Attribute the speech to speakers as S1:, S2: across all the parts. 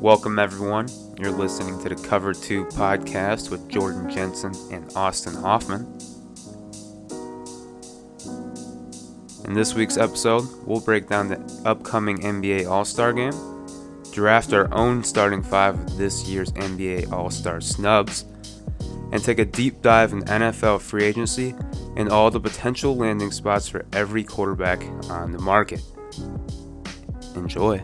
S1: Welcome, everyone. You're listening to the Cover 2 podcast with Jordan Jensen and Austin Hoffman. In this week's episode, we'll break down the upcoming NBA All Star game, draft our own starting five of this year's NBA All Star snubs, and take a deep dive in NFL free agency and all the potential landing spots for every quarterback on the market. Enjoy.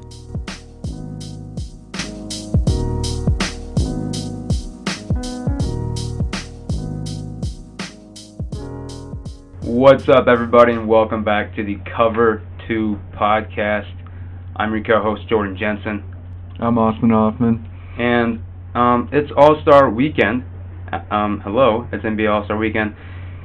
S1: What's up, everybody, and welcome back to the Cover 2 podcast. I'm your co host, Jordan Jensen,
S2: I'm Osman Hoffman.
S1: and um, it's All Star Weekend. Uh, Um, hello, it's NBA All Star Weekend.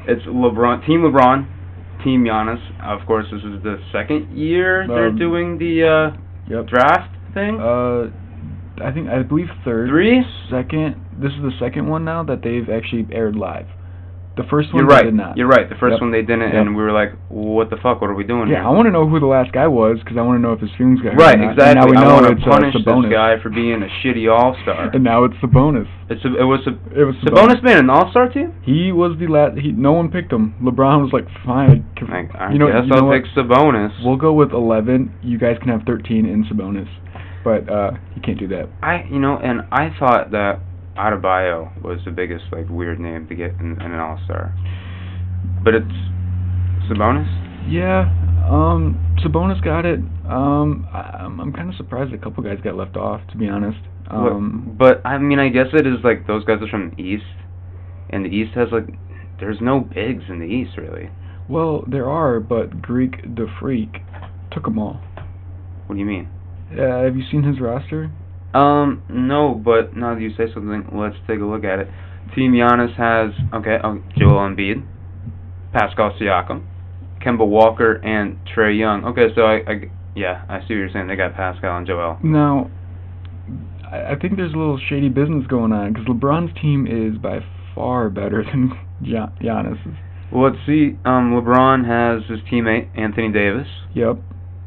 S1: It's LeBron, Team LeBron, Team Giannis. Of course, this is the second year they're
S2: Um,
S1: doing the uh,
S2: Yep.
S1: draft thing.
S2: Uh, I think I believe third,
S1: Three?
S2: second. This is the second one now that they've actually aired live. The first one
S1: You're
S2: they
S1: right.
S2: did not.
S1: You're right. The first
S2: Yep.
S1: one they didn't,
S2: Yep.
S1: and we were like, "What the fuck? What are we doing
S2: Yeah, I
S1: here?"
S2: want to know who the last guy was because I want to know if his feelings got hurt
S1: Right,
S2: or not.
S1: exactly.
S2: And now we
S1: I
S2: know
S1: want
S2: it's
S1: to punish
S2: uh,
S1: this
S2: Sabonis.
S1: guy for being a shitty All Star.
S2: And now it's Sabonis.
S1: It's a, it was a
S2: It was
S1: Sabonis made an All Star team.
S2: He was the last. He no one picked him. LeBron was like, fine. I can-
S1: Like, I
S2: you know,
S1: guess
S2: you know
S1: I'll
S2: what?
S1: pick Sabonis.
S2: We'll go with 11. You guys can have 13 in Sabonis, but uh, you can't do that.
S1: I you know, and I thought that Adebayo was the biggest like weird name to get in, in an All Star, but it's Sabonis.
S2: Yeah, um, Sabonis got it. Um, I, I'm, I'm kind of surprised a couple guys got left off, to be honest.
S1: What-
S2: Um,
S1: but I mean, I guess it is like those guys are from the East, and the East has like there's no bigs in the East really.
S2: well, there are, but Greek the Freak took them all.
S1: What do you mean?
S2: Uh, have you seen his roster?
S1: Um, no, but now that you say something, let's take a look at it. Team Giannis has okay, oh, Joel Embiid, Pascal Siakam, Kemba Walker, and Trey Young. Okay, so I, I yeah, I see what you're saying. They got Pascal and Joel.
S2: Now, I, I think there's a little shady business going on because LeBron's team is by far better than Gian- Giannis's.
S1: Well, let's see. Um, LeBron has his teammate Anthony Davis,
S2: Yep.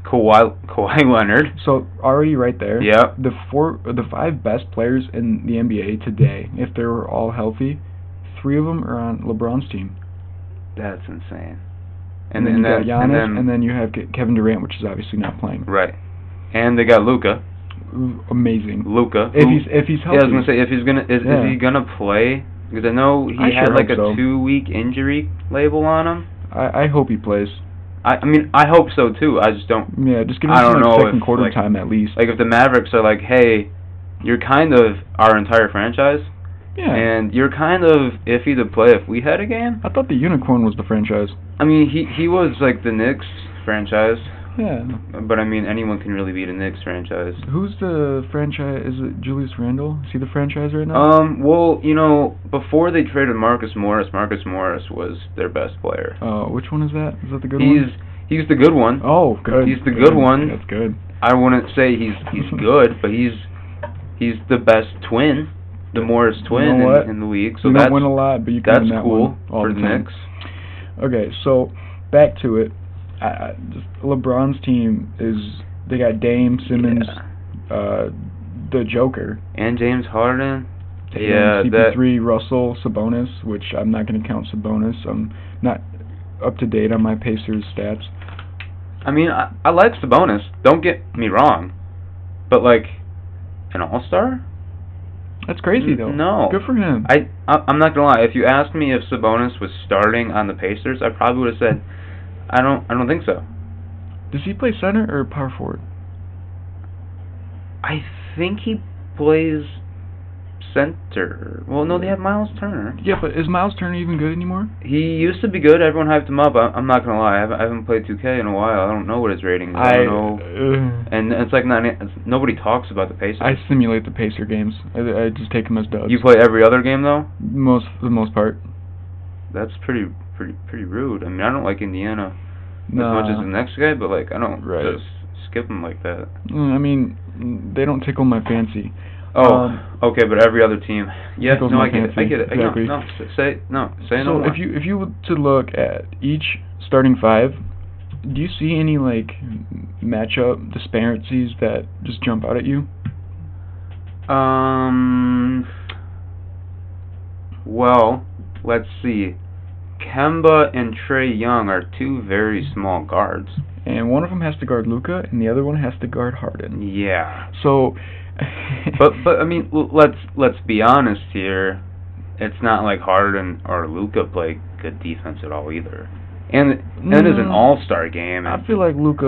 S1: Kawhi Kawhi Leonard.
S2: So already right there.
S1: Yep.
S2: The four, the five best players in the NBA today, if they were all healthy, three of them are on LeBron's team.
S1: That's insane.
S2: And, then you got Giannis, and then, you have Ke- Kevin Durant, which is obviously not playing.
S1: right, and they got Luca.
S2: Amazing.
S1: Luca.
S2: If he's if he's
S1: yeah, I
S2: healthy.
S1: was gonna say if he's gonna is,
S2: Yeah.
S1: is he gonna play? Because I know he
S2: I
S1: had
S2: sure
S1: like a
S2: hope so.
S1: two week injury label on him.
S2: I, I hope he plays.
S1: I I mean I hope so too. I just don't
S2: Yeah, just give him
S1: I
S2: some
S1: don't
S2: like,
S1: know
S2: second
S1: if,
S2: quarter
S1: like-
S2: time at least.
S1: like if the Mavericks are like, hey, you're kind of our entire franchise,
S2: yeah.
S1: and you're kind of iffy to play if we had a game.
S2: I thought the unicorn was the franchise.
S1: I mean he he was like the Knicks franchise,
S2: Yeah.
S1: but I mean anyone can really beat a Knicks franchise.
S2: Who's the franchise? Is it Julius Randle? Is he the franchise right now?
S1: Um, well, you know, before they traded Marcus Morris, Marcus Morris was their best player.
S2: Uh, which one is that? Is that the good
S1: he's
S2: one?
S1: he's the good one.
S2: Oh, good.
S1: he's the good one.
S2: That's good.
S1: I wouldn't say he's he's good, but he's he's the best twin, the Morris
S2: know
S1: twin
S2: what?
S1: in, in the league. So
S2: you
S1: that's
S2: don't win a lot, but you can
S1: that's
S2: win that
S1: cool
S2: one all
S1: for the
S2: the time.
S1: Knicks.
S2: Okay, so back to it. I, I just LeBron's team is they got Dame Simmons,
S1: Yeah.
S2: uh, the Joker,
S1: And James Harden.
S2: Tatum,
S1: Yeah, that-
S2: CP3, Russell, Sabonis, which I'm not going to count Sabonis. I'm not up to date on my Pacers stats.
S1: I mean, I, I like Sabonis. Don't get me wrong, but like an All Star.
S2: That's crazy
S1: N-
S2: though.
S1: no.
S2: Good for him.
S1: I, I I'm not gonna lie. If you asked me if Sabonis was starting on the Pacers, I probably would have said, I don't I don't think so.
S2: Does he play center or power forward?
S1: I think he plays center. Well, no, they have Miles Turner.
S2: Yeah, but is Miles Turner even good anymore?
S1: He used to be good. Everyone hyped him up. I, I'm not gonna lie. I haven't, I haven't played 2K in a while. I don't know what his rating is. I, don't know.
S2: uh,
S1: And it's like not it's, nobody talks about the Pacers.
S2: I simulate the Pacer games. I, I just take them as dubs.
S1: you play every other game though.
S2: most for the most part.
S1: That's pretty pretty pretty rude. I mean, I don't like Indiana
S2: Nah.
S1: as much as the next guy, but like I don't
S2: Right.
S1: just skip him like that.
S2: Mm, I mean, mm, they don't tickle my fancy.
S1: Oh,
S2: Um,
S1: okay, but every other team. Yeah,
S2: Tickles
S1: no,
S2: my
S1: I get it. I
S2: fancy.
S1: get it. I-
S2: Exactly.
S1: No, no, s- say no, say no
S2: so
S1: more.
S2: if you if you were to look at each starting five, do you see any like matchup disparities that just jump out at you?
S1: Um. Well, let's see. Kemba and Trey Young are two very small guards.
S2: And one of them has to guard Luca, and the other one has to guard Harden.
S1: Yeah.
S2: So,
S1: But but I mean, l- let's let's be honest here. It's not like Harden or Luca play good defense at all either. And and it is an
S2: Mm.
S1: All-Star game.
S2: I
S1: and
S2: feel like Luca,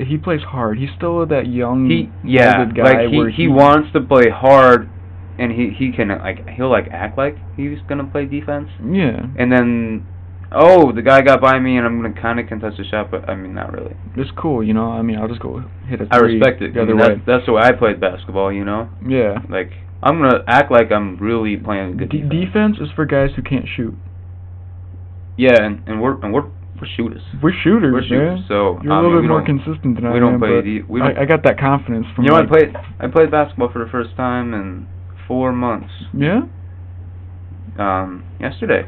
S2: uh, he plays hard. He's still that young,
S1: he yeah,
S2: molded guy
S1: like he,
S2: where
S1: he wants to play hard, and he he can like he'll like act like he's gonna play defense.
S2: Yeah,
S1: and then oh the guy got by me and i'm gonna kind of contest the shot but i mean not really
S2: it's cool, you know. I mean, I'll just go hit a
S1: i
S2: three
S1: respect it
S2: the
S1: I
S2: other
S1: mean,
S2: way.
S1: that's, that's the way i played basketball you know
S2: Yeah.
S1: like i'm gonna act like i'm really playing good
S2: D- defense is for guys who can't shoot.
S1: yeah and, and we're and we're, we're shooters
S2: We're shooters,
S1: we're shooters
S2: man.
S1: so
S2: You're
S1: I
S2: a
S1: mean,
S2: little
S1: we
S2: bit more
S1: don't-
S2: consistent than I
S1: we don't
S2: am,
S1: play
S2: but
S1: de- we
S2: I-
S1: don't-
S2: I, got that confidence from
S1: you know i
S2: like-
S1: played i played basketball for the first time in four months
S2: Yeah,
S1: um yesterday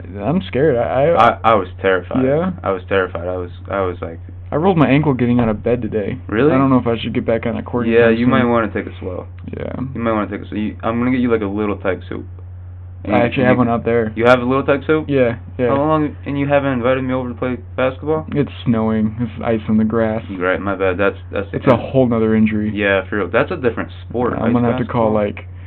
S2: I- I'm scared. I I,
S1: i i was terrified
S2: Yeah?
S1: i was terrified i was i was like
S2: I rolled my ankle getting out of bed today.
S1: Really?
S2: I don't know if I should get back on a court.
S1: yeah
S2: anytime
S1: you might
S2: soon.
S1: want to take it slow you
S2: Yeah.
S1: might want to take it slow you, i'm gonna get you like a little type soup And
S2: I
S1: you-
S2: actually
S1: you-
S2: have one out there.
S1: You have a little tech soup?
S2: Yeah, yeah.
S1: How long? And you haven't invited me over to play basketball?
S2: It's snowing. It's ice on the grass.
S1: Right, my bad. That's that's.
S2: It's a whole nother injury.
S1: Yeah, for real. That's a different sport.
S2: I'm gonna
S1: ice
S2: have to call
S1: basketball.
S2: like.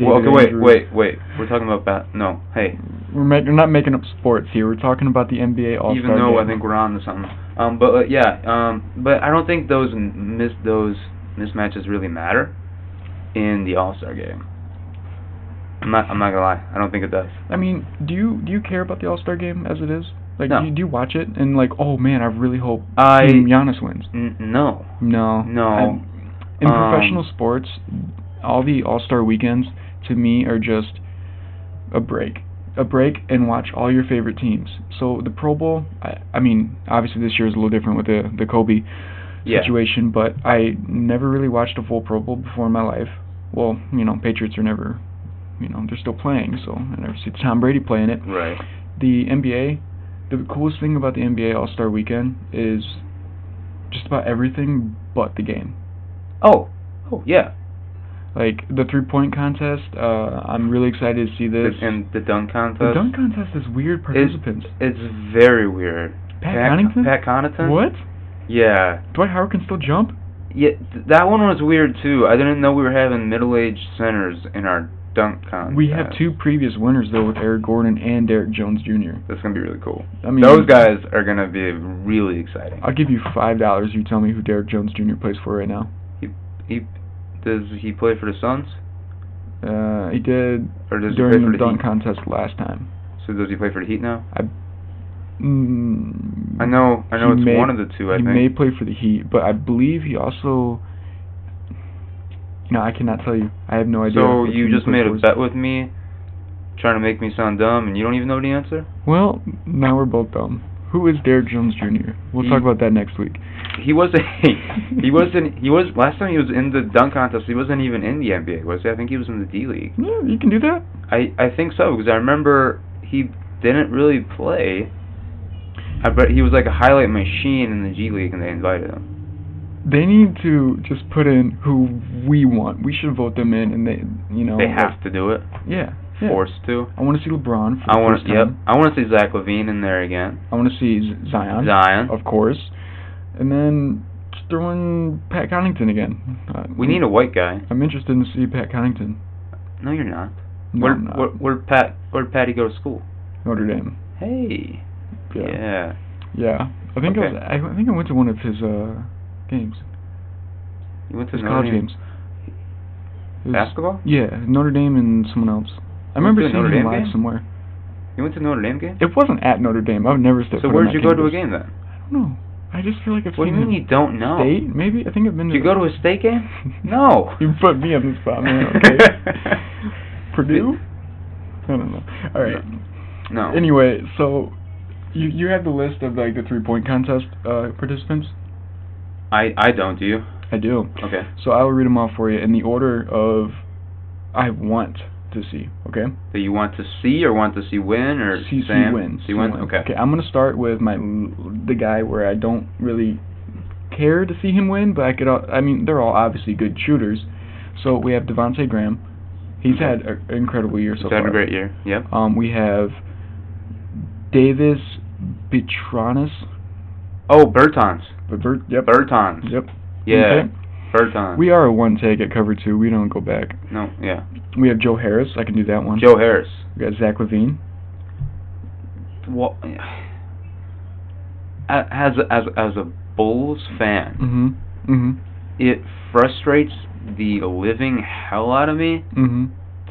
S1: Well,
S2: David
S1: okay, wait,
S2: Andrews.
S1: wait, wait. We're talking about bat. No, hey.
S2: We're, make, we're not making up sports here. We're talking about the NBA All Star.
S1: even though I think we're on to something. Um, but uh, yeah. Um, but I don't think those m- miss those mismatches really matter in the All Star game. I'm not. I'm not gonna lie. I don't think it does.
S2: I mean, do you do you care about the All Star game as it is? Like,
S1: No.
S2: do, you, do you watch it and like, oh man, I really hope
S1: I.
S2: Team Giannis wins?
S1: N- no.
S2: No.
S1: No.
S2: I- Uh, in
S1: Um,
S2: professional sports, all the All Star weekends to me are just a break. A break and watch all your favorite teams. So the Pro Bowl, I, I mean, obviously this year is a little different with the the Kobe
S1: yeah.
S2: situation, but I never really watched a full Pro Bowl before in my life. Well, you know, Patriots are never, you know, they're still playing, so I never see Tom Brady playing it.
S1: Right.
S2: The NBA, the coolest thing about the NBA All Star Weekend is just about everything but the game
S1: Oh. Oh yeah.
S2: like the three point contest. Uh, I'm really excited to see
S1: The-
S2: this.
S1: and the dunk contest.
S2: the dunk contest is weird participants.
S1: It's very weird.
S2: Pat Connaughton?
S1: Pat Connaughton?
S2: What?
S1: Yeah.
S2: Dwight Howard can still jump?
S1: Yeah, th- that one was weird too. I didn't know we were having middle-aged centers in our dunk contest.
S2: We have two previous winners though with Eric Gordon and Derek Jones Jr.
S1: That's gonna be really cool.
S2: I mean,
S1: Those guys are gonna be really exciting.
S2: I'll give you five dollars. You tell me who Derek Jones Jr. plays for right now.
S1: He does he play for the Suns
S2: Uh, he did
S1: or does he play
S2: during
S1: for
S2: the
S1: the
S2: dunk
S1: Heat?
S2: contest last time.
S1: So does he play for the Heat now?
S2: Mm,
S1: I know, I know
S2: he
S1: it's
S2: may-
S1: one of the two. I
S2: he
S1: think.
S2: may play for the Heat, but I believe he also. No, I cannot tell you. I have no idea.
S1: so
S2: what
S1: you
S2: team he
S1: just
S2: plays
S1: made a
S2: for.
S1: bet with me, trying to make me sound dumb, and you don't even know the answer.
S2: Well, now we're both dumb. Who is Derek Jones Jr.? We'll
S1: He-
S2: talk about that next week.
S1: He wasn't. He wasn't. He was last time he was in the dunk contest. He wasn't even in the NBA, was he? I think he was in the D League.
S2: Yeah, you can do that.
S1: I I think so because I remember he didn't really play. I bet he was like a highlight machine in the G League, and they invited him.
S2: They need to just put in who we want. We should vote them in, and they, you know.
S1: They have to do it,
S2: Yeah. yeah.
S1: forced to.
S2: I want to see LeBron. For
S1: I
S2: the
S1: want.
S2: first
S1: to Yep.
S2: time.
S1: I want to see Zach Levine in there again.
S2: I want to see Z- Zion.
S1: Zion.
S2: Of course. And then just throw in Pat Connington again. Uh,
S1: We need a white guy.
S2: I'm interested in see Pat Connington.
S1: No, you're not.
S2: No,
S1: where,
S2: I'm not.
S1: where where Pat where Patty go to school?
S2: Notre Dame.
S1: Hey.
S2: Yeah.
S1: yeah.
S2: Yeah. I think
S1: Okay.
S2: I, was, I, I think I went to one of his uh games.
S1: You went to
S2: His
S1: Notre
S2: college
S1: Dame
S2: games. It was-
S1: basketball.
S2: Yeah, Notre Dame and someone else. I
S1: You went
S2: remember
S1: to a
S2: seeing
S1: Notre
S2: him
S1: Dame
S2: live
S1: game?
S2: somewhere.
S1: You went to Notre Dame game.
S2: It wasn't at Notre Dame. I've never stepped
S1: So
S2: foot
S1: where
S2: on
S1: did you
S2: that
S1: go to a
S2: campus.
S1: game then?
S2: I don't know. I just feel like I've
S1: What do
S2: seen
S1: you mean you
S2: him.
S1: don't know?
S2: State maybe? I think I've been
S1: Did
S2: to.
S1: you go to a state game? No.
S2: you put me on the spot, man. Okay. Purdue? I don't know. All right.
S1: No.
S2: Anyway, so you you have the list of like the three point contest uh, participants.
S1: I I don't. Do you?
S2: I do.
S1: Okay.
S2: So I will read them off for you in the order of I want to see. Okay.
S1: That you want to see or want to see win or
S2: See, see
S1: Sam?
S2: win.
S1: See win. Okay.
S2: Okay, I'm gonna start with my the guy where I don't really care to see him win, but I could. al- I mean, they're all obviously good shooters, So we have Devonte Graham. He's had a- an incredible year so
S1: He's
S2: far.
S1: had a great year. Yep.
S2: Um, we have Davis Bitronis.
S1: Oh, Bertons.
S2: But Bert, yep.
S1: Bertons.
S2: Yep.
S1: Yeah.
S2: Okay.
S1: Bertons.
S2: We are a one take at cover two. We don't go back.
S1: no. Yeah.
S2: We have Joe Harris. I can do that one.
S1: Joe Harris.
S2: We got Zach Levine.
S1: Well, as a, as a- as a Bulls fan,
S2: Mm-hmm. Mm-hmm.
S1: it frustrates the living hell out of me
S2: Mm-hmm.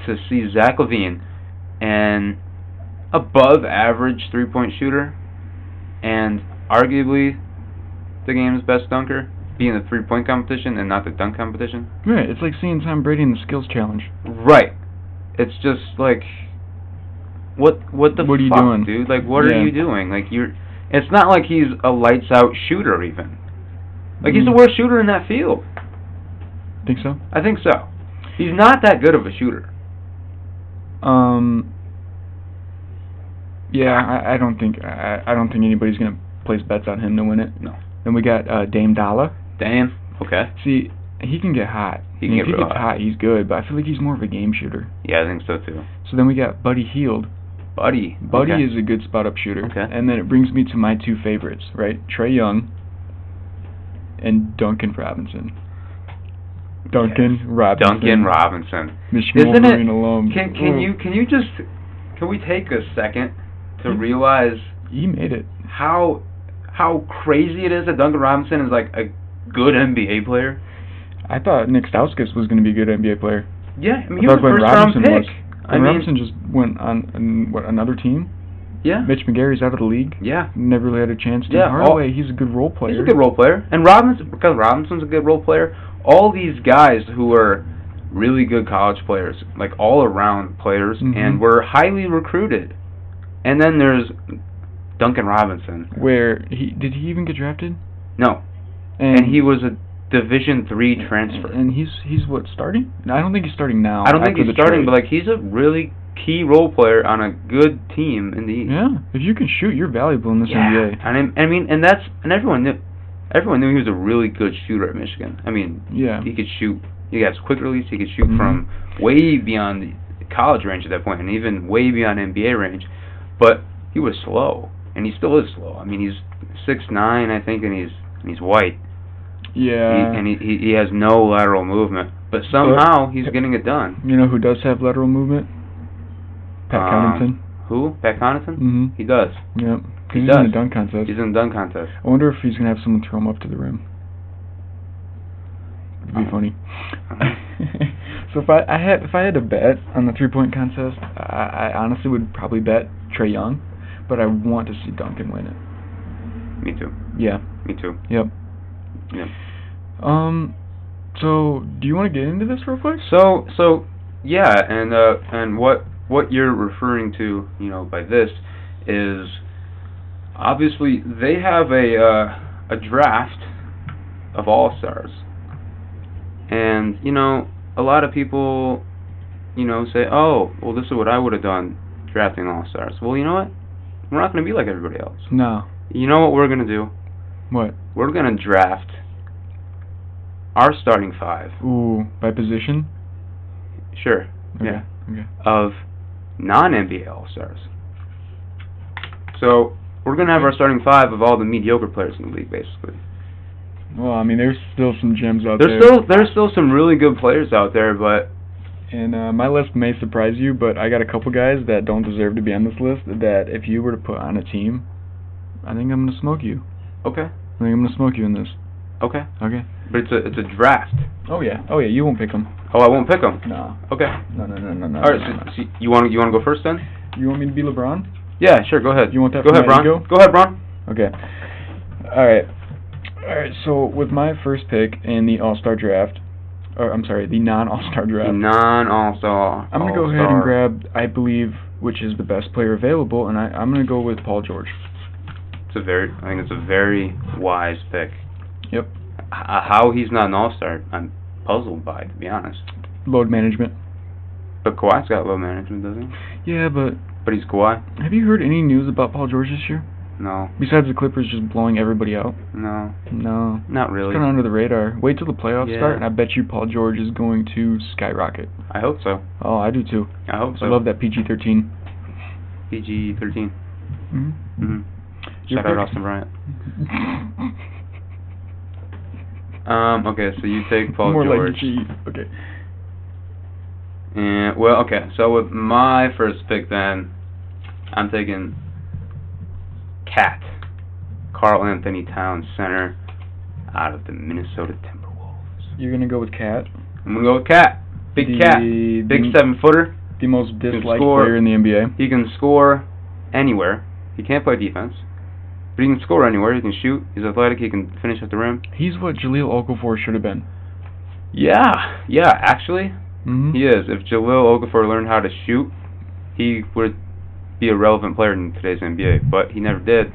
S1: to see Zach Levine, an above average three point shooter, and arguably the game's best dunker, be in the three point competition and not the dunk competition.
S2: Right. It's like seeing Tom Brady in the skills challenge.
S1: Right. It's just like, what what the
S2: What are you
S1: fuck,
S2: doing?
S1: dude? Like, what
S2: Yeah.
S1: are you doing? Like, you're. It's not like he's a lights out shooter even. Like he's the
S2: Mm.
S1: worst shooter in that field.
S2: Think so?
S1: I think so. He's not that good of a shooter.
S2: Um. Yeah, I, I don't think I, I don't think anybody's gonna place bets on him to win it.
S1: No.
S2: Then we got uh, Dame Dalla.
S1: Damn. Okay.
S2: See, he can get hot.
S1: He can
S2: I mean,
S1: get
S2: if he
S1: real
S2: gets
S1: hot.
S2: hot, he's good. But I feel like he's more of a game shooter.
S1: Yeah, I think so too.
S2: So then we got Buddy Heald.
S1: Buddy.
S2: Buddy
S1: Okay.
S2: is a good spot up shooter.
S1: Okay.
S2: And then it brings me to my two favorites, right? Trey Young and Duncan Robinson. Duncan Robinson.
S1: Duncan Robinson.
S2: Michigan
S1: Isn't it-
S2: Wolverine alum.
S1: Can can
S2: Ooh.
S1: you can you just can we take a second to realize
S2: He made it.
S1: how how crazy it is that Duncan Robinson is like a good NBA player?
S2: I thought Nick Stauskas was going to be a good NBA player.
S1: Yeah, I mean he
S2: I
S1: was a
S2: thought Glenn
S1: first round
S2: Robinson
S1: pick.
S2: was.
S1: I
S2: And
S1: mean,
S2: Robinson just went on, on what another team.
S1: yeah,
S2: Mitch McGarry's out of the league.
S1: yeah.
S2: Never really had a chance. Tim
S1: Yeah, all-
S2: Hardaway, he's a good role player.
S1: He's a good role player, and Robinson because Robinson's a good role player. All these guys who are really good college players, like all around players,
S2: Mhm.
S1: and were highly recruited. And then there's Duncan Robinson.
S2: Where he did he even get drafted?
S1: No, and he was a Division three transfer.
S2: And he's he's what starting? I don't think he's starting now.
S1: I don't think
S2: after
S1: he's
S2: the
S1: starting,
S2: trade.
S1: but like he's a really key role player on a good team in the East.
S2: yeah, if you can shoot, you're valuable in this
S1: Yeah,
S2: NBA.
S1: and I, I mean, and that's and everyone knew, everyone knew he was a really good shooter at Michigan. I mean,
S2: Yeah,
S1: he could shoot. He got his quick release. He could shoot
S2: Mhm.
S1: from way beyond the college range at that point, and even way beyond NBA range. But he was slow, and he still is slow. I mean, he's six nine, I think, and he's and he's white,
S2: yeah.
S1: he, and he, he he has no lateral movement. But somehow he's getting it done.
S2: you know who does have lateral movement? Pat
S1: Um,
S2: Connaughton.
S1: Who? Pat Connaughton?
S2: Mm-hmm.
S1: He does.
S2: Yep. 'Cause
S1: he
S2: he's in
S1: does.
S2: the dunk contest.
S1: He's in the dunk contest.
S2: I wonder if he's gonna have someone throw him up to the rim. It'd be
S1: Uh,
S2: funny. so if I, I had if I had to bet on the three point contest, I, I honestly would probably bet Trey Young, but I want to see Duncan win it.
S1: Me too.
S2: Yeah.
S1: Me too.
S2: Yep.
S1: Yep.
S2: Um. So do you want to get into this real quick?
S1: So so yeah, and uh, and what what you're referring to, you know, by this is obviously they have a uh, a draft of all stars, and you know a lot of people, you know, say, oh, well, this is what I would have done drafting all stars. Well, you know what? We're not going to be like everybody else.
S2: No.
S1: You know what we're going to do?
S2: What?
S1: We're going to draft our starting five.
S2: Ooh. By position?
S1: Sure.
S2: Okay.
S1: Yeah. Uh,
S2: Okay.
S1: of non NBA All Stars. So we're gonna have our starting five of all the mediocre players in the league, basically.
S2: Well, I mean, there's still some gems out
S1: There's
S2: there.
S1: still there's still some really good players out there, but
S2: And uh, my list may surprise you, but I got a couple guys that don't deserve to be on this list. That if you were to put on a team, I think I'm gonna smoke you.
S1: okay,
S2: I think I'm gonna smoke you in this.
S1: okay.
S2: Okay.
S1: But it's a it's a draft.
S2: Oh yeah. Oh yeah. You won't pick them.
S1: Oh, I won't pick them.
S2: No.
S1: Okay.
S2: No. No. No. No. No.
S1: All right.
S2: no, no.
S1: So, so you want you want to go first then?
S2: you want me to be LeBron?
S1: Yeah, sure. Go ahead.
S2: You want that
S1: Go
S2: for
S1: ahead,
S2: my
S1: Bron.
S2: ego?
S1: Go ahead, Bron.
S2: Okay. All right. All right. So with my first pick in the All Star draft, or I'm sorry, the non All Star draft,
S1: Non All Star.
S2: I'm gonna go ahead and grab I believe which is the best player available, and I, I'm gonna go with Paul George.
S1: It's a very I think it's a very wise pick.
S2: Yep.
S1: H- how he's not an All Star, I'm puzzled by to be honest.
S2: Load management.
S1: But Kawhi's got low management, doesn't he?
S2: Yeah, but
S1: But he's Kawhi.
S2: Have you heard any news about Paul George this year?
S1: No,
S2: Besides the Clippers just blowing everybody out.
S1: no,
S2: No.
S1: not
S2: It's
S1: really.
S2: kind of under the radar. Wait till the playoffs
S1: Yeah.
S2: start, and I bet you Paul George is going to skyrocket.
S1: I hope so.
S2: Oh, I do too.
S1: I hope so.
S2: I love that PG-13.
S1: PG 13.
S2: hmm
S1: hmm
S2: Your
S1: Shout out
S2: pick.
S1: Austin Bryant. Um, okay, so you take Paul
S2: More
S1: George.
S2: like G. Okay.
S1: And well, okay. So with my first pick, then I'm taking Cat, Carl Anthony Towns, center, out of the Minnesota Timberwolves.
S2: You're gonna go with Cat.
S1: I'm gonna go with Cat, big
S2: the,
S1: Cat, big
S2: the,
S1: seven footer.
S2: The most disliked
S1: score.
S2: player in the NBA.
S1: He can score anywhere. He can't play defense, but he can score anywhere. He can shoot. He's athletic. He can finish at the rim.
S2: He's what Jaleel Okafor should have been.
S1: Yeah, yeah. Actually,
S2: hmm
S1: He is. If Jalil Okafor learned how to shoot, he would be a relevant player in today's NBA, but he never did.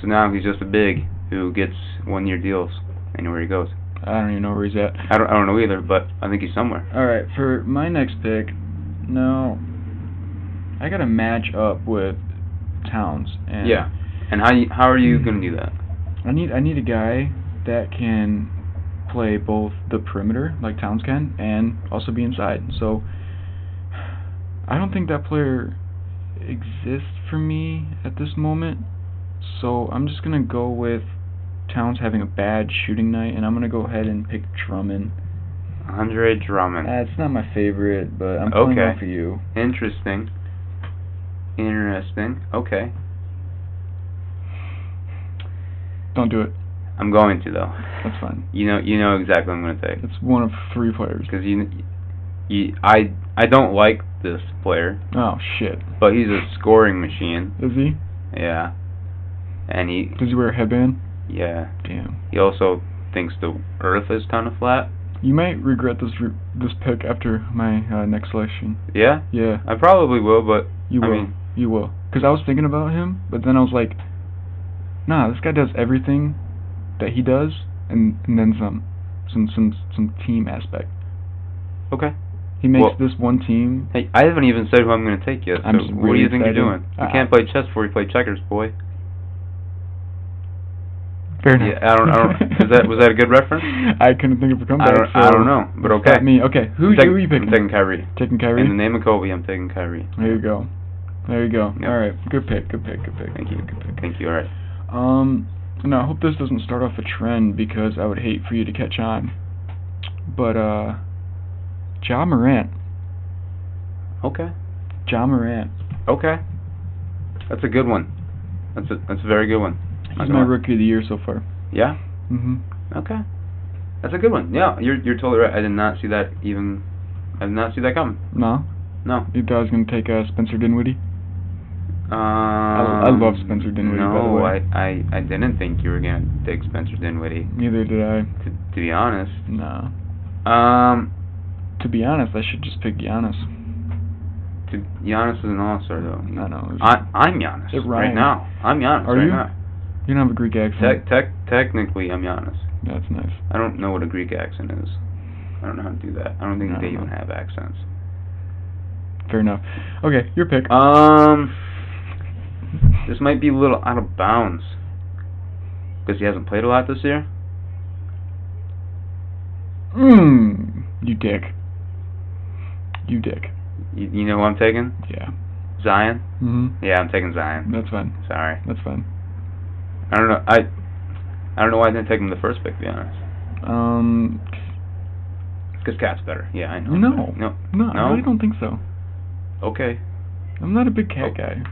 S1: So now he's just a big who gets one year deals anywhere he goes.
S2: I don't even know where he's at.
S1: I don't, I don't know either, but I think he's somewhere.
S2: All right, for my next pick, no, I gotta match up with Towns. And
S1: Yeah. And how you, how are you going to do that?
S2: I need I need a guy that can play both the perimeter like Towns can and also be inside. So I don't think that player exists for me at this moment. So I'm just gonna go with Towns having a bad shooting night, and I'm gonna go ahead and pick Drummond.
S1: Andre
S2: Uh,
S1: Drummond.
S2: it's not my favorite, but I'm pulling
S1: Okay.
S2: off for you.
S1: Interesting. Interesting. Okay.
S2: Don't do it.
S1: I'm going to though.
S2: That's fine.
S1: You know you know exactly what I'm going to take.
S2: It's one of three players.
S1: Cuz you, you I I don't like this player,
S2: Oh shit.
S1: but he's a scoring machine.
S2: Is he?
S1: Yeah. And he,
S2: Does he wear a headband?
S1: yeah,
S2: Damn.
S1: he also thinks the Earth is kind of flat.
S2: You might regret this re- this pick after my uh, next selection.
S1: Yeah,
S2: Yeah,
S1: I probably will, but
S2: you
S1: I
S2: will.
S1: mean,
S2: you will. Cause I was thinking about him, but then I was like, Nah, this guy does everything that he does, and and then some, some some some team aspect.
S1: okay.
S2: He makes
S1: Well-
S2: this one team.
S1: Hey, I haven't even said who I'm going to take yet. So
S2: I'm just
S1: what do
S2: really
S1: you think
S2: excited.
S1: you're doing? You
S2: Uh,
S1: can't play chess before you play checkers, boy.
S2: Fair
S1: Yeah,
S2: enough.
S1: I don't- I don't- is that- was that a good reference?
S2: I couldn't think of a comeback.
S1: I don't,
S2: so
S1: I don't know, but
S2: it's not
S1: okay.
S2: Me. Okay. Who,
S1: I'm taking,
S2: who are you picking?
S1: I'm taking Kyrie.
S2: Taking Kyrie.
S1: In the name of Kobe, I'm taking Kyrie.
S2: There you go. There you go.
S1: Yeah.
S2: All right. Good pick. Good pick. Good pick.
S1: Thank you.
S2: good pick, Good pick.
S1: Thank you. All right.
S2: Um, no, I hope this doesn't start off a trend because I would hate for you to catch on. But uh, Ja Morant,
S1: Okay.
S2: Ja Morant,
S1: Okay. That's a good one. That's a that's a very good one.
S2: he's
S1: Not
S2: my
S1: gonna lie.
S2: rookie of the year so far.
S1: Yeah.
S2: Mm-hmm.
S1: Okay. That's a good one. Yeah, you're you're totally right. I did not see that even I did not see that coming.
S2: No,
S1: No.
S2: you thought I was gonna take uh, Spencer Dinwiddie.
S1: Um,
S2: I love Spencer Dinwiddie, by
S1: No,
S2: the way.
S1: I, I I didn't think you were gonna take Spencer Dinwiddie.
S2: Neither did I.
S1: To to be honest.
S2: Nah.
S1: Um,
S2: To be honest, I should just pick Giannis.
S1: to Giannis is an all-star though.
S2: I know. it's-
S1: I I'm Giannis
S2: It
S1: right
S2: rhymes.
S1: now. I'm Giannis
S2: Are
S1: right
S2: you?
S1: now.
S2: you don't have a Greek accent.
S1: Tech tech technically I'm Giannis.
S2: That's nice.
S1: I don't know what a Greek accent is. I don't know how to do that. I don't think
S2: I
S1: they
S2: don't
S1: even
S2: know.
S1: have accents.
S2: Fair enough. Okay, your pick.
S1: Um, this might be a little out of bounds because he hasn't played a lot this year.
S2: Mmm. You dick. You dick.
S1: You, you know who I'm taking?
S2: Yeah.
S1: Zion.
S2: hmm
S1: Yeah, I'm taking Zion.
S2: That's fine.
S1: Sorry,
S2: That's fine.
S1: I don't know. I I don't know why I didn't take him the first pick. To be honest,
S2: Um,
S1: because Cat's better. Yeah, I know.
S2: No.
S1: No.
S2: no, I
S1: No?
S2: really don't think so.
S1: Okay.
S2: I'm not a big cat
S1: Oh.
S2: guy.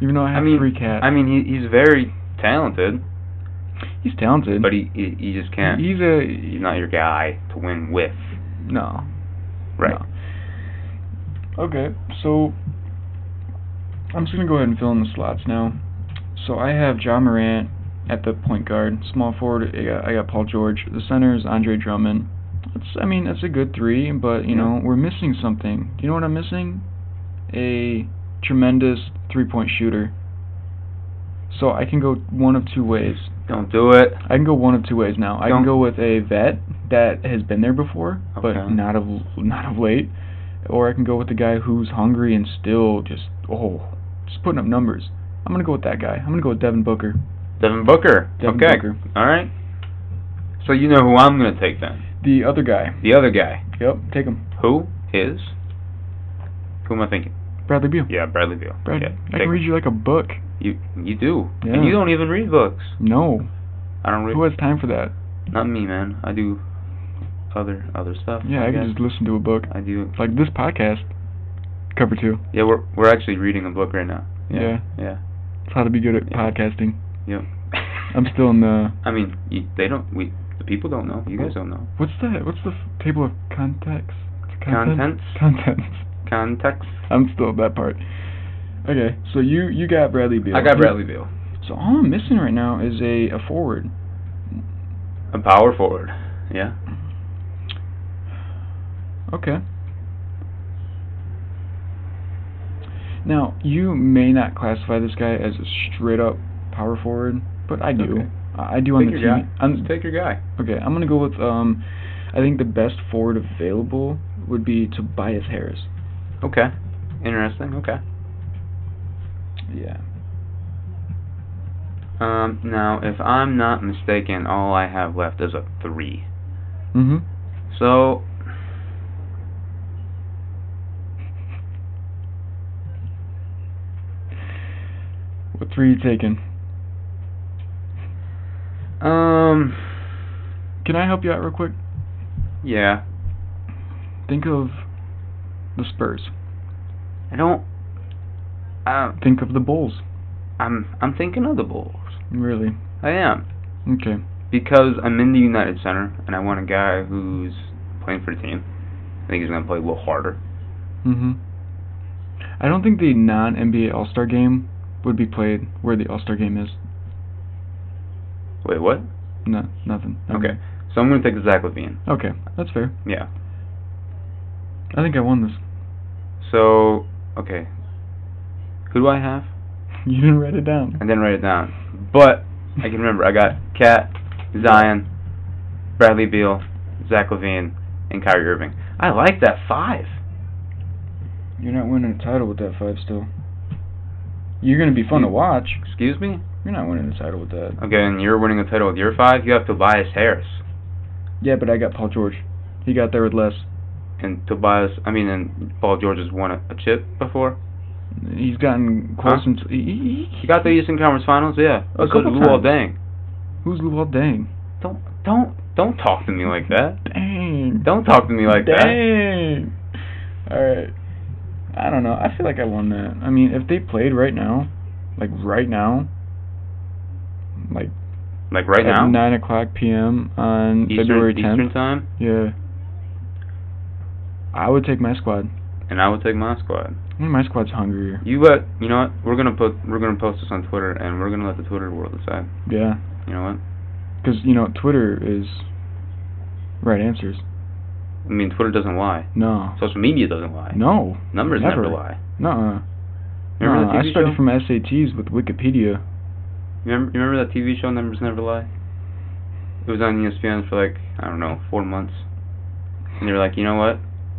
S2: Even though I
S1: I
S2: have
S1: mean-
S2: three cats.
S1: I mean, he he's very talented,
S2: he's talented.
S1: but he he, he just can't.
S2: He's a.
S1: He's not your guy to win with.
S2: No.
S1: Right.
S2: no. Okay, so I'm just gonna go ahead and fill in the slots now. So I have John Morant at the point guard, small forward. I got, I got Paul George. The center is Andre Drummond. It's I mean it's a good three, but you
S1: Yeah.
S2: know we're missing something. Do you know what I'm missing? A tremendous three-point shooter. So I can go one of two ways.
S1: Don't do it.
S2: I can go one of two ways now. I can
S1: Don't-
S2: go with a vet that has been there before, but
S1: Okay.
S2: not of not of late, or I can go with the guy who's hungry and still just oh, just putting up numbers. I'm gonna go with that guy. I'm gonna go with Devin Booker.
S1: Devin Booker.
S2: Devin
S1: okay.
S2: Booker.
S1: All right. So you know who I'm going to take then.
S2: The other guy.
S1: The other guy.
S2: Yep, take him.
S1: Who is? Who am I thinking?
S2: Bradley Beal.
S1: Yeah, Bradley Beal.
S2: Brad,
S1: yeah,
S2: I
S1: take-
S2: can read you like a book.
S1: you. You do.
S2: Yeah.
S1: And you don't even read books.
S2: No,
S1: I don't read.
S2: who has time for that?
S1: Not me, man. I do other other stuff.
S2: Yeah, I
S1: guess.
S2: can just listen to a book.
S1: I do.
S2: Like this podcast, cover two.
S1: Yeah, we're we're actually reading a book right now.
S2: Yeah,
S1: Yeah.
S2: it's how to be good at
S1: Yeah.
S2: podcasting.
S1: Yep.
S2: I'm still in the
S1: I mean, you, they don't. We the people don't know. You guys don't know.
S2: what's that? What's the f- table of context?
S1: Contents.
S2: Contents.
S1: Context.
S2: I'm still at that part. Okay, so you you got Bradley Beal.
S1: I got Bradley Beal.
S2: So all I'm missing right now is a, a forward.
S1: A power forward. Yeah.
S2: Okay. Now you may not classify this guy as a straight up power forward, but I do.
S1: Okay.
S2: I I do on
S1: Take
S2: the
S1: your
S2: team.
S1: guy.
S2: I'm,
S1: Take your guy.
S2: okay, I'm gonna go with um, I think the best forward available would be Tobias Harris.
S1: Okay. Interesting. Okay.
S2: Yeah.
S1: Um, now, if I'm not mistaken, all I have left is a three.
S2: Mhm.
S1: So.
S2: What three you taking?
S1: Um.
S2: Can I help you out real quick?
S1: Yeah.
S2: Think of the Spurs.
S1: I don't. uh, I,
S2: Think of the Bulls.
S1: I'm. I'm thinking of the Bulls.
S2: Really.
S1: I am
S2: Okay.
S1: because I'm in the United Center and I want a guy who's playing for the team. I think he's gonna play a little harder.
S2: Mhm. I don't think the non NBA All Star game would be played where the All Star game is.
S1: Wait, what?
S2: No, nothing. Never
S1: Okay.
S2: mind.
S1: So I'm gonna take Zach Levine.
S2: Okay, that's fair.
S1: Yeah.
S2: I think I won this.
S1: So okay. Who do I have?
S2: You didn't write it down.
S1: I didn't write it down, but I can remember. I got Cat, Zion, Bradley Beal, Zach Levine, and Kyrie Irving. I like that five.
S2: You're not winning a title with that five still. You're gonna be fun to watch.
S1: Excuse me.
S2: You're not winning a title with that.
S1: Okay, and you're winning a title with your five. You have Tobias Harris
S2: Yeah, but I got Paul George. He got there with less.
S1: and Tobias. I mean, and Paul George has won a, a chip before.
S2: He's gotten close
S1: Huh?
S2: until he, he,
S1: He got the Eastern Conference Finals. Yeah,
S2: A
S1: So
S2: couple
S1: did Luol Deng.
S2: times. Who's Luol Deng?
S1: Don't don't don't talk to me like that.
S2: Dang.
S1: Don't talk to me like
S2: Dang.
S1: that.
S2: All right. I don't know. I feel like I won that. I mean, if they played right now, like right now, like
S1: Like right
S2: at
S1: now,
S2: nine o'clock p.m. on
S1: Eastern,
S2: February
S1: Eastern
S2: tenth,
S1: time,
S2: yeah, I would take my squad.
S1: and I would take my squad.
S2: I think my squad's hungrier.
S1: You let you know what we're gonna put we're gonna post this on Twitter and we're gonna let the Twitter world decide.
S2: Yeah,
S1: You know what?
S2: because you know Twitter is right answers.
S1: I mean, Twitter doesn't lie.
S2: No,
S1: Social media doesn't lie.
S2: no,
S1: Numbers never,
S2: never.
S1: lie.
S2: no,
S1: Remember
S2: no.
S1: that TV
S2: I started
S1: show?
S2: from SATs with Wikipedia.
S1: You remember, you remember that TV show Numbers Never Lie? It was on E ESPN for like I don't know four months, and they were like, you know what?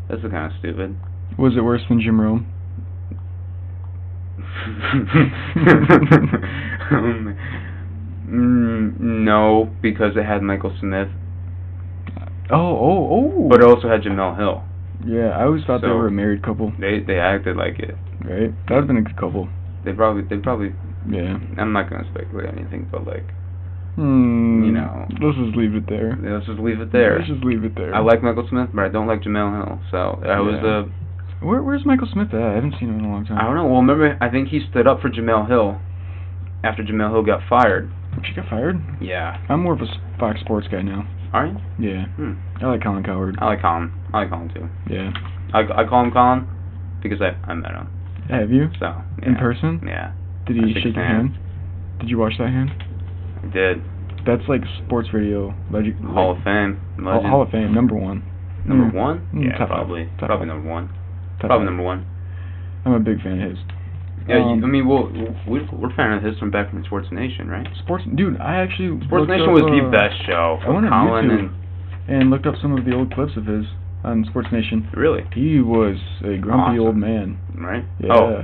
S1: This is kind of stupid.
S2: Was it worse than Jim Rome?
S1: um, mm, no, because it had Michael Smith,
S2: Oh, oh, oh.
S1: but it also had Jamel Hill.
S2: yeah, I always thought they
S1: So-
S2: were a married couple.
S1: They they acted like it.
S2: Right? That would have been a good couple.
S1: They probably they probably
S2: Yeah.
S1: I'm not gonna speculate anything, but like
S2: Hmm.
S1: You know.
S2: Let's just leave it there.
S1: let's just leave it there.
S2: Let's just leave it there.
S1: I like Michael Smith, but I don't like Jamel Hill. So I was
S2: Yeah.
S1: uh
S2: Where, where's Michael Smith at? I haven't seen him in a long time.
S1: I don't know. Well, remember I think he stood up for Jamel Hill after Jamel Hill got fired.
S2: She got fired?
S1: Yeah.
S2: I'm more of a s- Fox Sports guy now.
S1: All right.
S2: Yeah.
S1: Hmm.
S2: I like Colin Coward.
S1: I like Colin. I like Colin too.
S2: Yeah.
S1: I, I call him Colin because I I met him.
S2: Have you?
S1: So
S2: In
S1: yeah.
S2: person?
S1: Yeah.
S2: Did
S1: I
S2: he
S1: shook his
S2: shake your hand?
S1: hand.
S2: Did you watch that hand?
S1: I did.
S2: That's like sports radio legend.
S1: Hall of Fame.
S2: Hall,
S1: Legend.
S2: Hall of Fame, number one.
S1: number
S2: Mm.
S1: one.
S2: Mm,
S1: yeah,
S2: tough one.
S1: probably.
S2: Tough
S1: probably
S2: one.
S1: number one.
S2: Tough
S1: Probably
S2: guy.
S1: number one.
S2: I'm a big fan of his.
S1: Yeah, you-
S2: Um,
S1: I mean, well, we're, we're fan of his from back from Sports Nation, right?
S2: Sports, dude, I actually
S1: Sports
S2: looked
S1: Nation
S2: up,
S1: was the
S2: uh,
S1: best show.
S2: I went on
S1: Colin
S2: YouTube. and looked up some of the old clips of his on Sports Nation.
S1: and really,
S2: He was a grumpy
S1: Awesome.
S2: old man.
S1: right?
S2: Yeah.
S1: Oh,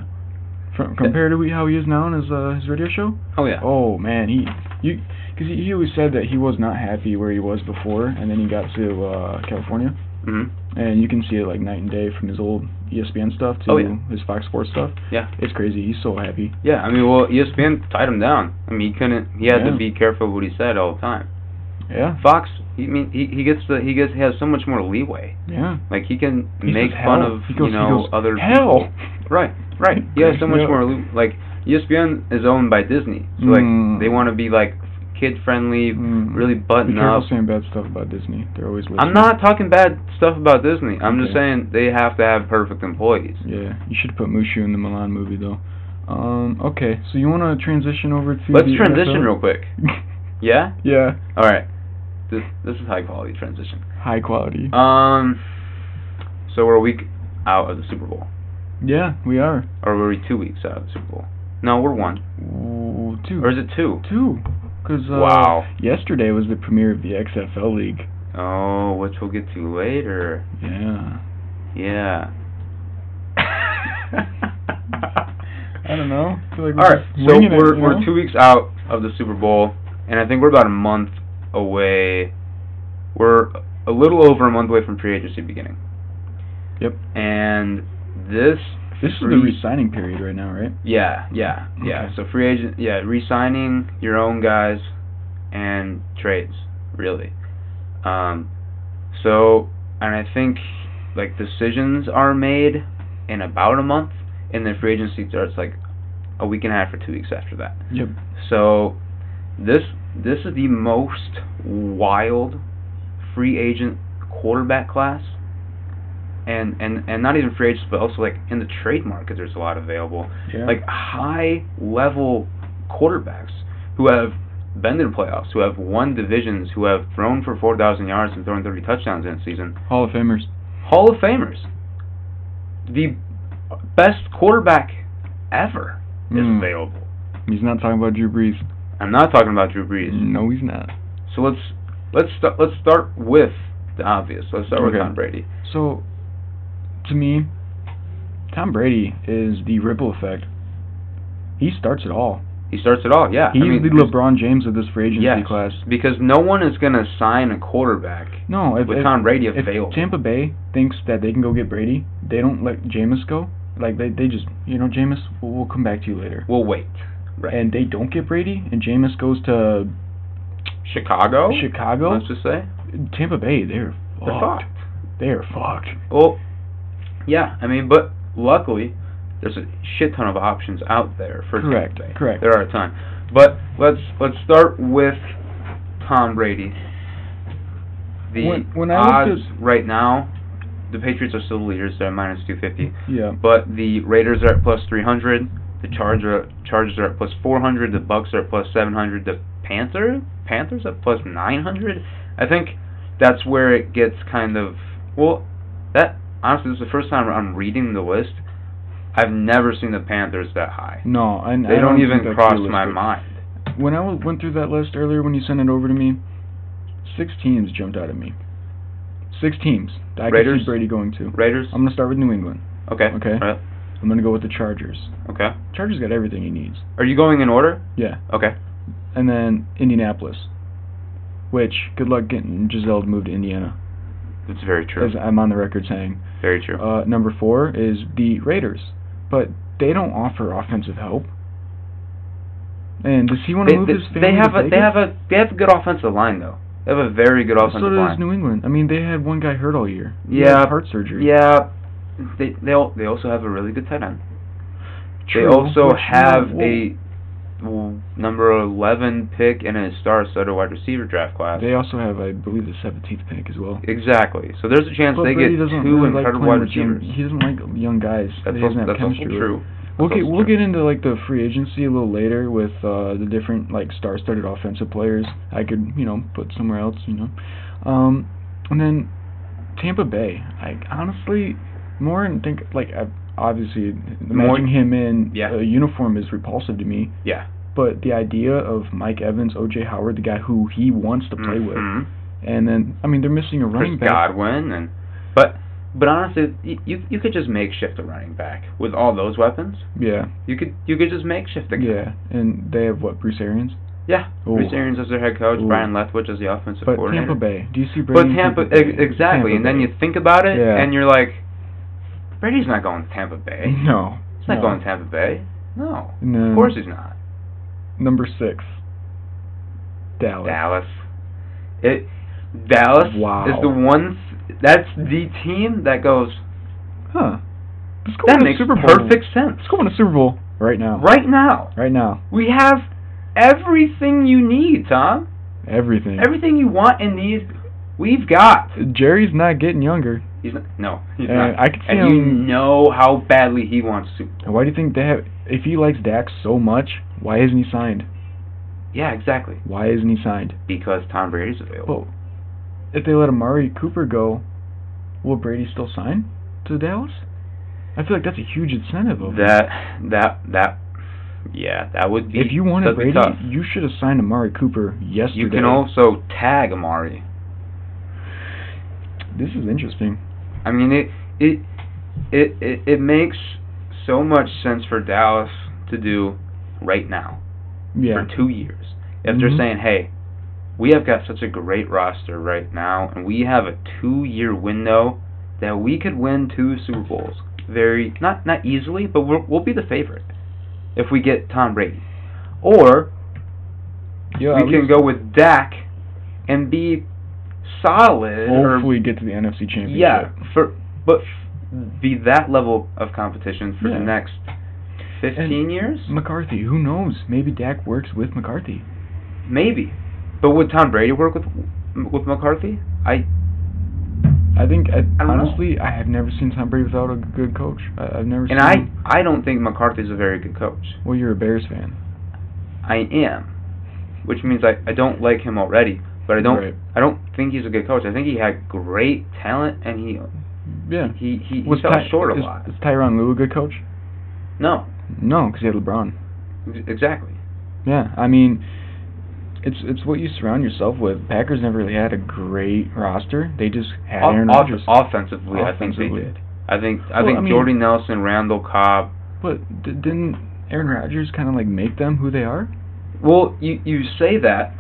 S2: From, compared to how he is now in his uh, his radio show.
S1: Oh yeah.
S2: Oh man, he you because he, he always said that he was not happy where he was before, and then he got to uh, California,
S1: Mm-hmm.
S2: and you can see it like night and day from his old E ESPN stuff to
S1: Oh, yeah.
S2: his Fox Sports stuff.
S1: Yeah.
S2: It's crazy. He's so happy.
S1: Yeah, I mean, well, E ESPN tied him down. I mean, he couldn't. He had
S2: Yeah.
S1: to be careful what he said all the time.
S2: Yeah.
S1: Fox, he I mean, he, he gets the he gets he has so much more leeway.
S2: Yeah.
S1: Like he can
S2: He
S1: make
S2: says,
S1: fun
S2: "Hell."
S1: of
S2: He
S1: you
S2: goes- he
S1: know
S2: goes,
S1: other people.
S2: Hell.
S1: Right,
S2: Right.
S1: he has so much
S2: Yeah.
S1: more lew- like E ESPN is owned by Disney, so like
S2: Mm.
S1: they want to be like kid friendly,
S2: Mm.
S1: really
S2: Be
S1: button
S2: careful
S1: up.
S2: saying bad stuff about Disney. They're always listening.
S1: I'm not talking bad stuff about Disney. I'm just
S2: Okay.
S1: saying they have to have perfect employees.
S2: Yeah, you should put Mushu in the Milan movie though. Um, okay, so you want to transition over to
S1: Let's
S2: the
S1: transition
S2: NFL?
S1: real quick. Yeah.
S2: yeah,
S1: All right. This this is high quality transition.
S2: high quality.
S1: Um. So we're a week out of the Super Bowl,
S2: yeah, we are.
S1: or were we two weeks out of the Super Bowl? No, we're one.
S2: Ooh, two.
S1: Or is it two?
S2: two? Cause uh,
S1: Wow.
S2: yesterday was the premiere of the XFL league.
S1: Oh, which we'll get to later.
S2: Yeah.
S1: Yeah.
S2: I don't know. I feel like
S1: All right.
S2: just
S1: So
S2: winging it,
S1: we're
S2: you
S1: we're
S2: know?
S1: two weeks out of the Super Bowl, and I think we're about a month away. We're a little over a month away from free agency beginning.
S2: Yep.
S1: And this.
S2: This is the
S1: free-
S2: re-signing period right now, right?
S1: Yeah, yeah, yeah.
S2: Okay.
S1: So free agent, yeah, re-signing your own guys and trades, really. Um, so and I think like decisions are made in about a month, and then free agency starts like a week and a half or two weeks after that.
S2: Yep.
S1: So this this is the most wild free agent quarterback class. And, and, and not even free agents, but also like in the trade market, there's a lot available
S2: Yeah.
S1: like high level quarterbacks who have been in the playoffs, who have won divisions, who have thrown for 4,000 yards and thrown 30 touchdowns in a season.
S2: Hall of Famers.
S1: Hall of Famers. The best quarterback ever is
S2: Mm.
S1: available.
S2: He's not talking about Drew Brees.
S1: I'm not talking about Drew Brees.
S2: No, he's not.
S1: So let's let's start let's start with the obvious. Let's start
S2: Okay.
S1: with Tom Brady.
S2: So, to me, Tom Brady is the ripple effect. He starts it all.
S1: He starts it all. Yeah. I
S2: He's
S1: mean,
S2: the
S1: because-
S2: LeBron James of this free agency
S1: Yes.
S2: class.
S1: because no one is going to sign a quarterback
S2: No, if,
S1: with
S2: if,
S1: Tom Brady
S2: if
S1: available.
S2: Tampa Bay thinks that they can go get Brady, they don't let Jameis go. Like they, they just, you know, Jameis, we'll, we'll come back to you later.
S1: we'll wait. Right.
S2: And they don't get Brady, and Jameis goes to
S1: Chicago.
S2: Chicago.
S1: Let's just say
S2: Tampa Bay, they're
S1: Oh, they're
S2: fucked.
S1: fucked.
S2: They're fucked.
S1: Well, yeah, I mean, but luckily there's a shit ton of options out there for Tampa
S2: Correct.
S1: Bay.
S2: Correct.
S1: There are a ton, but let's let's start with Tom Brady. The
S2: When- when I
S1: odds
S2: looked
S1: right now, the Patriots are still the leaders. They're at minus two fifty,
S2: Yeah.
S1: but the Raiders are at plus three hundred. The Charger Chargers are at plus four hundred. The Bucks are at plus seven hundred. The Panther Panthers at plus nine hundred. I think that's where it gets kind of well. That honestly, this is the first time I'm reading the list. I've never seen the Panthers that high.
S2: No, and
S1: They
S2: I
S1: don't,
S2: think
S1: even
S2: that's
S1: cross my
S2: realistic.
S1: mind.
S2: when I w- went through that list earlier when you sent it over to me, six teams jumped out at me. Six teams. that I could
S1: Raiders?
S2: see Brady going to.
S1: Raiders.
S2: I'm gonna start with New England.
S1: Okay.
S2: okay.
S1: alright,
S2: I'm gonna go with the Chargers.
S1: Okay.
S2: Chargers got everything he needs.
S1: Are you going in order?
S2: Yeah.
S1: Okay.
S2: And then Indianapolis, which good luck getting Giselle to move to Indiana,
S1: That's very true.
S2: as I'm on the record saying.
S1: Very true.
S2: Uh, number four is the Raiders, but they don't offer offensive help. And does he want
S1: they,
S2: to move
S1: they-
S2: his family
S1: they have
S2: to
S1: a they
S2: Vegas?
S1: have a they have a good offensive line though. They have a very good offensive
S2: so does
S1: line.
S2: New England. I mean, they had one guy hurt all year. He
S1: Yeah.
S2: had heart surgery.
S1: Yeah, they they al- they also have a really good tight end.
S2: True,
S1: they also
S2: but you
S1: have
S2: know,
S1: a w- number eleven pick and a star-studded wide receiver draft class.
S2: They also have, I believe, the 17th pick as well.
S1: exactly. So there's a chance
S2: But
S1: they
S2: Brady
S1: get
S2: doesn't
S1: two
S2: really like
S1: incredible
S2: playing
S1: wide
S2: with young-
S1: receivers.
S2: he doesn't like young guys. that
S1: That's
S2: he
S1: also,
S2: doesn't have
S1: that's also
S2: chemistry with.
S1: true.
S2: We'll
S1: That's
S2: get
S1: also
S2: we'll
S1: true.
S2: get into like the free agency a little later with uh, the different like star-studded offensive players I could you know put somewhere else you know, um, and then Tampa Bay. Like honestly, more and think like I- obviously
S1: More-
S2: matching him in
S1: Yeah.
S2: a uniform is repulsive to me.
S1: Yeah.
S2: But the idea of Mike Evans, O.J. Howard, the guy who he wants to play with,
S1: Mhm.
S2: and then I mean they're missing a
S1: Chris
S2: running back.
S1: Godwin and but But honestly, you, you you could just makeshift a running back with all those weapons.
S2: Yeah.
S1: You could you could just makeshift a guy.
S2: Yeah. And they have what Bruce Arians.
S1: Yeah.
S2: Ooh.
S1: Bruce Arians as their head coach,
S2: Ooh.
S1: Brian Leftwich as the offensive
S2: But
S1: coordinator.
S2: Tampa Bay. Do you see
S1: But
S2: Brady? in
S1: Tampa,
S2: Bay?
S1: ex- exactly,
S2: Tampa
S1: and then
S2: Bay.
S1: you think about it,
S2: Yeah.
S1: and you're like, Brady's not going to Tampa Bay.
S2: No.
S1: He's
S2: no.
S1: not going to Tampa Bay. No,
S2: No.
S1: of course he's not.
S2: Number six. Dallas.
S1: Dallas. It Dallas
S2: Wow.
S1: is the one. That's the team that goes.
S2: Huh. Let's go
S1: That
S2: win a
S1: makes
S2: Super Bowl.
S1: perfect sense.
S2: Let's go win a Super Bowl right now.
S1: Right now,
S2: Right now.
S1: we have everything you need, Tom.
S2: Everything.
S1: Everything you want and need, we've got.
S2: Jerry's not getting younger.
S1: He's not, no, he's
S2: And
S1: not.
S2: I can see
S1: and you
S2: him-
S1: know how badly he wants to.
S2: Why do you think they have? If he likes Dak so much, why isn't he signed?
S1: Yeah, exactly.
S2: Why isn't he signed?
S1: Because Tom Brady's available.
S2: Well, if they let Amari Cooper go, will Brady still sign to Dallas? I feel like that's a huge incentive. Of him.
S1: That that that yeah, that would be
S2: if you wanted
S1: that'd be
S2: Brady,
S1: tough.
S2: you should have signed Amari Cooper yesterday.
S1: You can also tag Amari.
S2: This is interesting.
S1: I mean it it it it, it makes so much sense for Dallas to do right now
S2: Yeah.
S1: for 2 years. If they're
S2: Mhm.
S1: saying, "Hey, we have got such a great roster right now and we have a 2-year window that we could win two Super Bowls very not not easily, but we'll, we'll be the favorite if we get Tom Brady." Or
S2: yeah
S1: we can go with Dak and be solid. Or,
S2: Hopefully, get to the NFC Championship.
S1: yeah, for but f- be that level of competition for
S2: Yeah.
S1: the next fifteen years,
S2: McCarthy. Who knows? Maybe Dak works with McCarthy.
S1: maybe. But would Tom Brady work with with McCarthy? I
S2: I think I,
S1: I don't know.
S2: honestly, I have never seen Tom Brady without a good coach. I, I've never seen.
S1: and I I don't think McCarthy's a very good coach.
S2: Well, you're a Bears fan.
S1: I am, which means I, I don't like him already. But I don't
S2: Right.
S1: I don't think he's a good coach. I think he had great talent and he
S2: Yeah.
S1: he he, he
S2: Was
S1: fell
S2: Ty-
S1: short a
S2: is,
S1: lot.
S2: Is Tyron Lue a good coach?
S1: No,
S2: No, because he had LeBron.
S1: ex- exactly.
S2: Yeah, I mean, it's it's what you surround yourself with. Packers never really had a great roster. They just had
S1: Off-
S2: Aaron
S1: off-
S2: Rodgers.
S1: offensively, I think they
S2: Offensively.
S1: did. I think I
S2: Well,
S1: think
S2: I mean-
S1: Jordy Nelson, Randall Cobb.
S2: But d- didn't Aaron Rodgers kind of like make them who they are?
S1: Well, you you say that,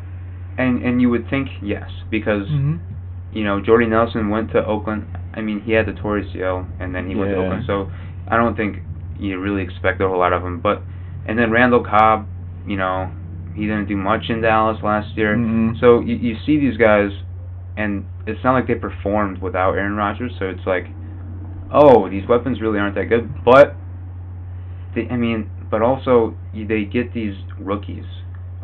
S1: and and you would think yes because
S2: Mm-hmm.
S1: you know Jordy Nelson went to Oakland. I mean, he had the torn ACL, and then he went to
S2: Yeah.
S1: Oakland. So I don't think you really expect a whole lot of him. But and then Randall Cobb, you know, he didn't do much in Dallas last year.
S2: Mhm.
S1: So you you see these guys, and it's not like they performed without Aaron Rodgers. So it's like, oh, these weapons really aren't that good. But they, I mean, but also you- they get these rookies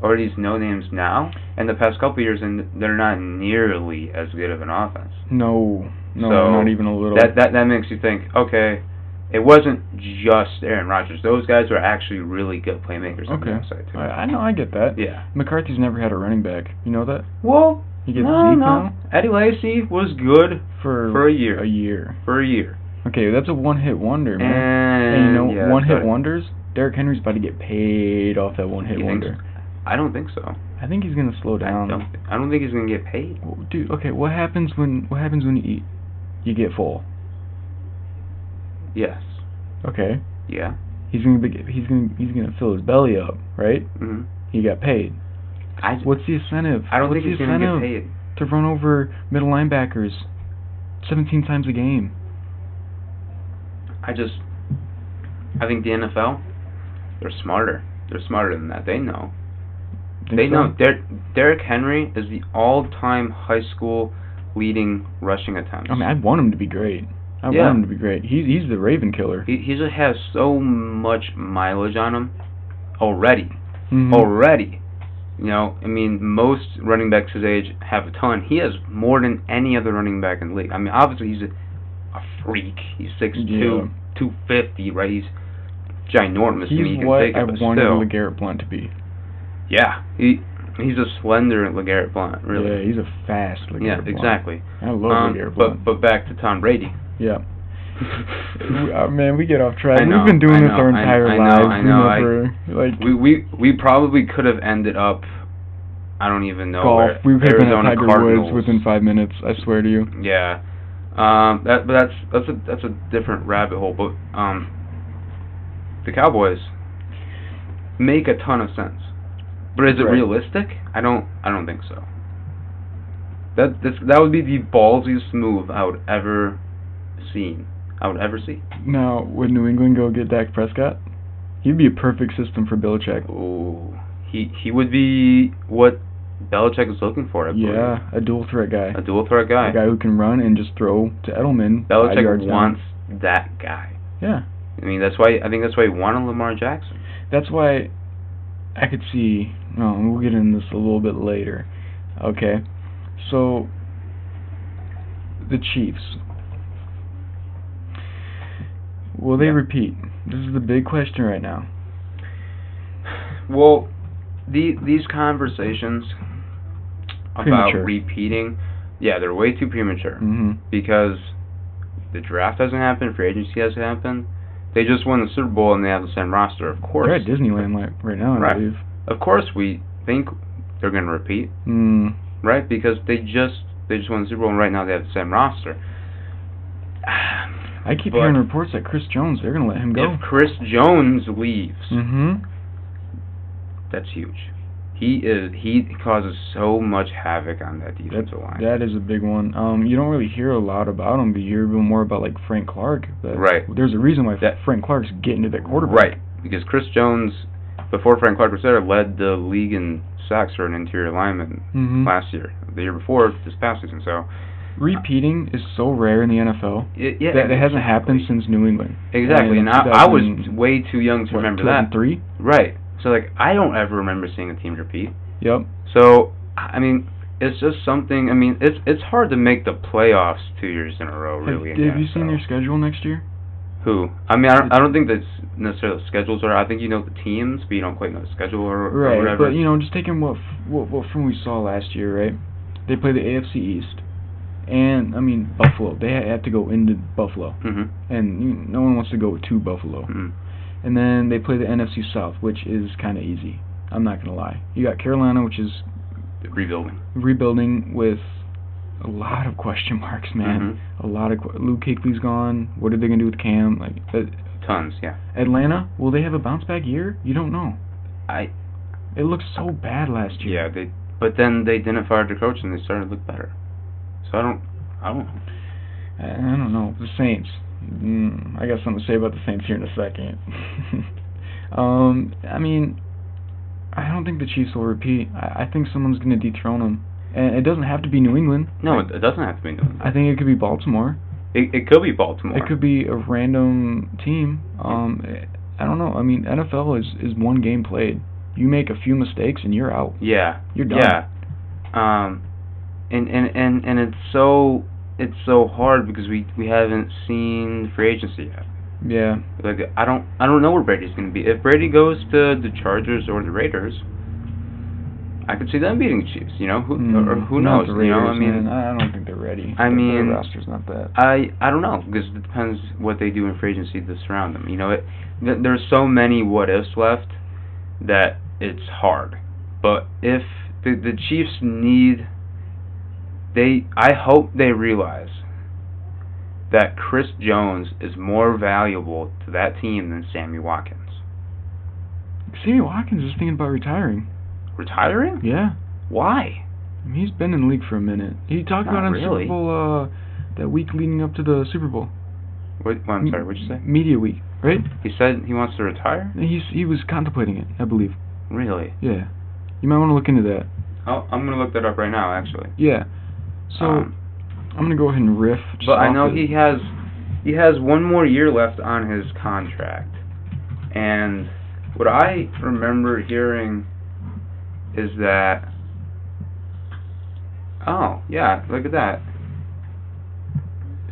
S1: or these no names now, and the past couple years, and they're not nearly as good of an offense.
S2: No, no,
S1: So,
S2: not even a little.
S1: That that that makes you think. Okay, it wasn't just Aaron Rodgers. Those guys were actually really good playmakers on the
S2: okay.
S1: outside too.
S2: I, I know, I get that.
S1: Yeah.
S2: McCarthy's never had a running back. You know that?
S1: Well,
S2: He gets
S1: no,
S2: Zeke
S1: no.
S2: now
S1: Eddie Lacy was good
S2: for
S1: for a year.
S2: A year.
S1: For a year.
S2: Okay, that's a one-hit wonder, man.
S1: And,
S2: And you know,
S1: yeah,
S2: one hit
S1: so-
S2: wonders. Derrick Henry's about to get paid off that one hit
S1: You think so?
S2: wonder.
S1: I don't think so.
S2: I think he's gonna slow
S1: I
S2: down.
S1: don't. thi- I don't think he's gonna get paid.
S2: W- Dude, okay, what happens when what happens when you eat? You get full.
S1: Yes.
S2: Okay,
S1: Yeah.
S2: he's gonna be, he's gonna he's gonna fill his belly up, right?
S1: hmm
S2: He got paid.
S1: I.
S2: What's the incentive?
S1: I don't
S2: What's
S1: think he's
S2: the
S1: gonna get
S2: incentive
S1: paid.
S2: to run over middle linebackers 17 times a game?
S1: I just. I think the NFL. They're smarter. They're smarter than that. They know.
S2: Think
S1: they
S2: so?
S1: know. Derrick, Derrick Henry is the all-time high school leading rushing attempts.
S2: I mean, I want him to be great. I
S1: Yeah.
S2: want him to be great. He's he's the Raven killer.
S1: he he just has so much mileage on him already.
S2: Mhm.
S1: oh, already. You know, I mean, most running backs his age have a ton. He has more than any other running back in the league. I mean, obviously he's a, a freak. He's six
S2: Yeah.
S1: two, two fifty, right? He's ginormous. I mean, he
S2: He's
S1: can
S2: what
S1: take
S2: I
S1: it, but
S2: wanted
S1: still,
S2: LeGarrette Blunt to be.
S1: yeah, he he's a slender Legarrette Blunt, really.
S2: Yeah, he's a fast LeGarrette Blount.
S1: exactly.
S2: I love
S1: Um,
S2: LeGarrette Blount.
S1: but but back to Tom Brady.
S2: Yeah. We- uh, man, we get off track.
S1: I know,
S2: We've been doing
S1: I
S2: this
S1: know,
S2: our
S1: I-
S2: entire
S1: I know,
S2: lives.
S1: I
S2: you
S1: know, I-
S2: for, like
S1: we we we probably could have ended up. I don't even know
S2: golf.
S1: where.
S2: We could have been at
S1: Arizona
S2: Tiger
S1: Cardinals.
S2: Woods within five minutes. I swear to you.
S1: Yeah. Um, that but that's that's a that's a different rabbit hole. But um, the Cowboys make a ton of sense. But is it
S2: Right.
S1: realistic? I don't I don't think so. That this, that would be the ballsiest move I would ever seen. I would ever see.
S2: Now, would New England go get Dak Prescott? He'd be a perfect system for Belichick.
S1: Ooh, he he would be what Belichick is looking for. I believe.
S2: Yeah, a dual threat guy.
S1: a dual threat guy.
S2: A guy who can run and just throw to Edelman. five
S1: Belichick
S2: yards down.
S1: wants that guy.
S2: Yeah.
S1: I mean, that's why I think that's why he wanted Lamar Jackson.
S2: That's why I could see. No, we'll get into this a little bit later. Okay, so the Chiefs. Will they
S1: Yeah.
S2: repeat? This is the big question right now.
S1: Well, the these conversations about
S2: Premature.
S1: repeating, yeah, they're way too premature
S2: Mm-hmm.
S1: because the draft hasn't happened, free agency hasn't happened. They just won the Super Bowl and they have the same roster, of course.
S2: They're at Disneyland like, right now, I
S1: Right.
S2: believe.
S1: Of course, we think they're going to repeat,
S2: Mm.
S1: right? Because they just they just won the Super Bowl and right now they have the same roster.
S2: I keep
S1: But
S2: hearing reports that Chris Jones, they're gonna let him go.
S1: If Chris Jones leaves,
S2: Mm-hmm.
S1: that's huge. He is he causes so much havoc on that defensive line.
S2: That is a big one. Um, you don't really hear a lot about him, but you hear a bit more about like Frank Clark. But
S1: Right.
S2: There's a reason why
S1: That-
S2: Frank Clark's getting to that quarterback.
S1: Right, because Chris Jones, before Frank Clark was there, led the league in sacks for an interior lineman
S2: Mm-hmm.
S1: last year, the year before this past season. So
S2: Repeating is so rare in the NFL.
S1: it, yeah,
S2: that, that hasn't happened
S1: exactly.
S2: since New England.
S1: Exactly,
S2: in
S1: and I, I was
S2: 2000
S1: way too young to remember that.
S2: Three.
S1: Right, so like I don't ever remember seeing a team repeat.
S2: Yep.
S1: Oh, So I I mean, it's just something. I mean, it's it's hard to make the playoffs two years in a row. Really,
S2: have
S1: in the
S2: have you seen
S1: NFL.
S2: their schedule next year?
S1: Who? I mean, I don't, I don't think that's necessarily the schedules are. I think you know the teams, but you don't quite know the schedule or, or
S2: Right.
S1: whatever.
S2: But you know, just taking what, f- what what from we saw last year, right? They play the AFC East, and I mean Buffalo. They ha- have to go into Buffalo,
S1: mm-hmm.
S2: and you, no one wants to go to Buffalo. And then they play the NFC South, which is kind of easy. I'm not gonna lie. You got Carolina, which is
S1: rebuilding.
S2: rebuilding with a lot of question marks, man.
S1: Mm-hmm.
S2: a lot of qu- Luke Kuechly's gone. What are they gonna do with Cam? Like uh,
S1: Mhm. Tons, yeah.
S2: Atlanta, will they have a bounce back year? You don't know.
S1: I
S2: It looked so bad last year.
S1: yeah they, but then they didn't fire their coach and they started to look better. So I don't, I don't. know.
S2: I, I don't know. The Saints. Mm, I got something to say about the Saints here in a second. um, I mean, I don't think the Chiefs will repeat. I, I think someone's gonna dethrone them, and it doesn't have to be New England.
S1: No, it, it doesn't have to be New England.
S2: I think it could be Baltimore.
S1: it, it could be Baltimore.
S2: It could be a random team. Um, I don't know. I mean, NFL is is one game played. You make a few mistakes and you're out.
S1: Yeah.
S2: You're done.
S1: Yeah. Um, and and and and it's so it's so hard because we we haven't seen free agency yet.
S2: Yeah.
S1: Like I don't I don't know where Brady's gonna be. If Brady goes to the Chargers or the Raiders, I could see them beating the Chiefs. You know who
S2: Mm,
S1: or who
S2: not
S1: knows?
S2: the
S1: you know I
S2: Raiders,
S1: mean
S2: man. I I don't think they're ready.
S1: I
S2: Their-
S1: mean-
S2: their roster's not that.
S1: I I don't know because it depends what they do in free agency to surround them. You know it th- there's so many what ifs left that it's hard. But if the the Chiefs need they I hope they realize that Chris Jones is more valuable to that team than Sammy Watkins.
S2: Sammy Watkins is thinking about retiring.
S1: Retiring?
S2: Yeah.
S1: Why?
S2: I mean, he's been in the league for a minute. He talked
S1: Not
S2: about it on
S1: really.
S2: Super Bowl uh, that week leading up to the Super Bowl.
S1: What, well, I'm sorry, what'd you say?
S2: Media week, right?
S1: He said he wants to retire?
S2: He's he was contemplating it, I believe.
S1: Really?
S2: Yeah. You might want to look into that.
S1: Oh, I'm going to look that up right now, actually.
S2: Yeah. So
S1: Um,
S2: I'm gonna go ahead and riff. just
S1: but I
S2: off
S1: know
S2: the-
S1: he has he has one more year left on his contract. And what I remember hearing is that Oh, yeah, look at that.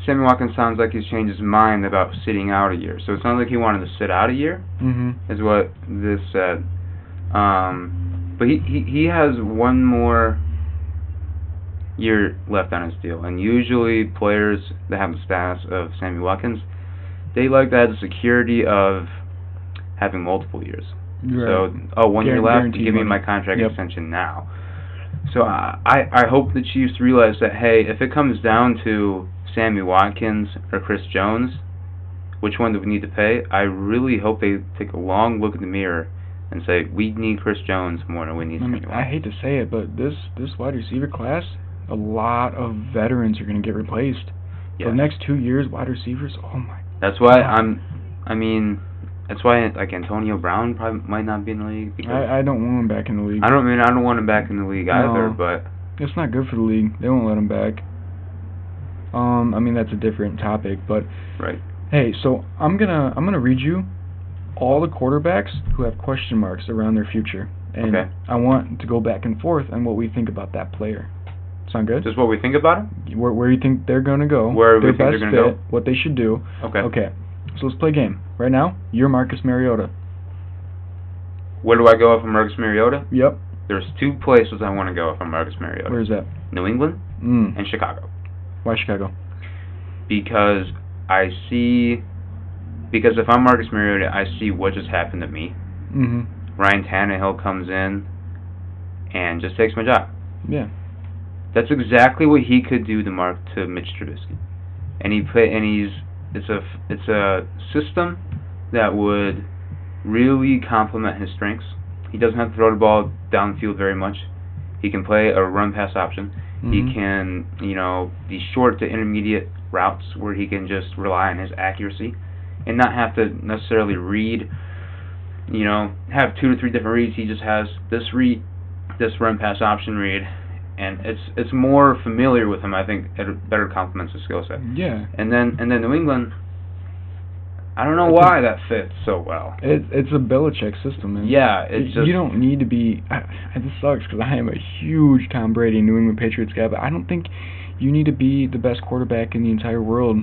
S1: Sammy Watkins sounds like he's changed his mind about sitting out a year. So it sounds like he wanted to sit out a year.
S2: Mhm.
S1: is what this said. Um, but he, he, he has one more year left on his deal, and usually players that have the status of Sammy Watkins, they like to have the security of having multiple years. So, oh, one year
S2: Guar-
S1: left,
S2: guaranteed
S1: give me
S2: money.
S1: my contract
S2: Yep.
S1: extension uh, now. So I, I I hope the Chiefs realize that hey, if it comes down to Sammy Watkins, or Chris Jones? Which one do we need to pay? I really hope they take a long look in the mirror and say we need Chris Jones more than we need
S2: I
S1: Sammy
S2: mean, Mm-hmm. I
S1: Watkins.
S2: hate to say it, but this this wide receiver class, a lot of veterans are going to get replaced. For
S1: Yeah.
S2: the next two years, wide receivers. Oh my.
S1: That's why I'm. I mean, that's why like Antonio Brown probably might not be in the league because I,
S2: I, I don't want him back in the league.
S1: don't mean I don't want him back in the league either.
S2: No.
S1: But
S2: It's not good for the league. They won't let him back. Um, I mean that's a different topic, but
S1: right,
S2: hey, so I'm gonna I'm gonna read you all the quarterbacks who have question marks around their future, and
S1: Okay.
S2: I want to go back and forth on what we think about that player. Sound good?
S1: just what we think about him.
S2: where where you think they're gonna go?
S1: Where we
S2: their
S1: think they're
S2: best
S1: gonna
S2: fit,
S1: go?
S2: What they should do.
S1: Okay.
S2: Okay. So let's play a game right now. You're Marcus Mariota.
S1: Where do I go off of Marcus Mariota?
S2: Yep.
S1: There's two places I want to go off of Marcus Mariota:
S2: Where's that?
S1: New England
S2: Mm.
S1: and Chicago,
S2: Why Chicago?
S1: because I see. Because if I'm Marcus Mariota, I see what just happened to me.
S2: hmm
S1: Ryan Tannehill comes in and just takes my job.
S2: Yeah.
S1: That's exactly what he could do to Mark to Mitch Trubisky, and he play and he's it's a f- it's a system that would really complement his strengths. He doesn't have to throw the ball downfield very much. He can play a run pass option. He
S2: Mhm.
S1: can you know these short to intermediate routes where he can just rely on his accuracy and not have to necessarily read. You know, have two to three different reads. He just has this read, this run pass option read, and it's it's more familiar with him. I think it better complements his skill set.
S2: Yeah.
S1: And then and then New England, I don't know
S2: It's a-
S1: why that fits so well.
S2: It, it's a Belichick system, man.
S1: Yeah,
S2: Y-
S1: it's just
S2: you don't need to be. I, I- this sucks because I am a huge Tom Brady, New England Patriots guy, but I don't think you need to be the best quarterback in the entire world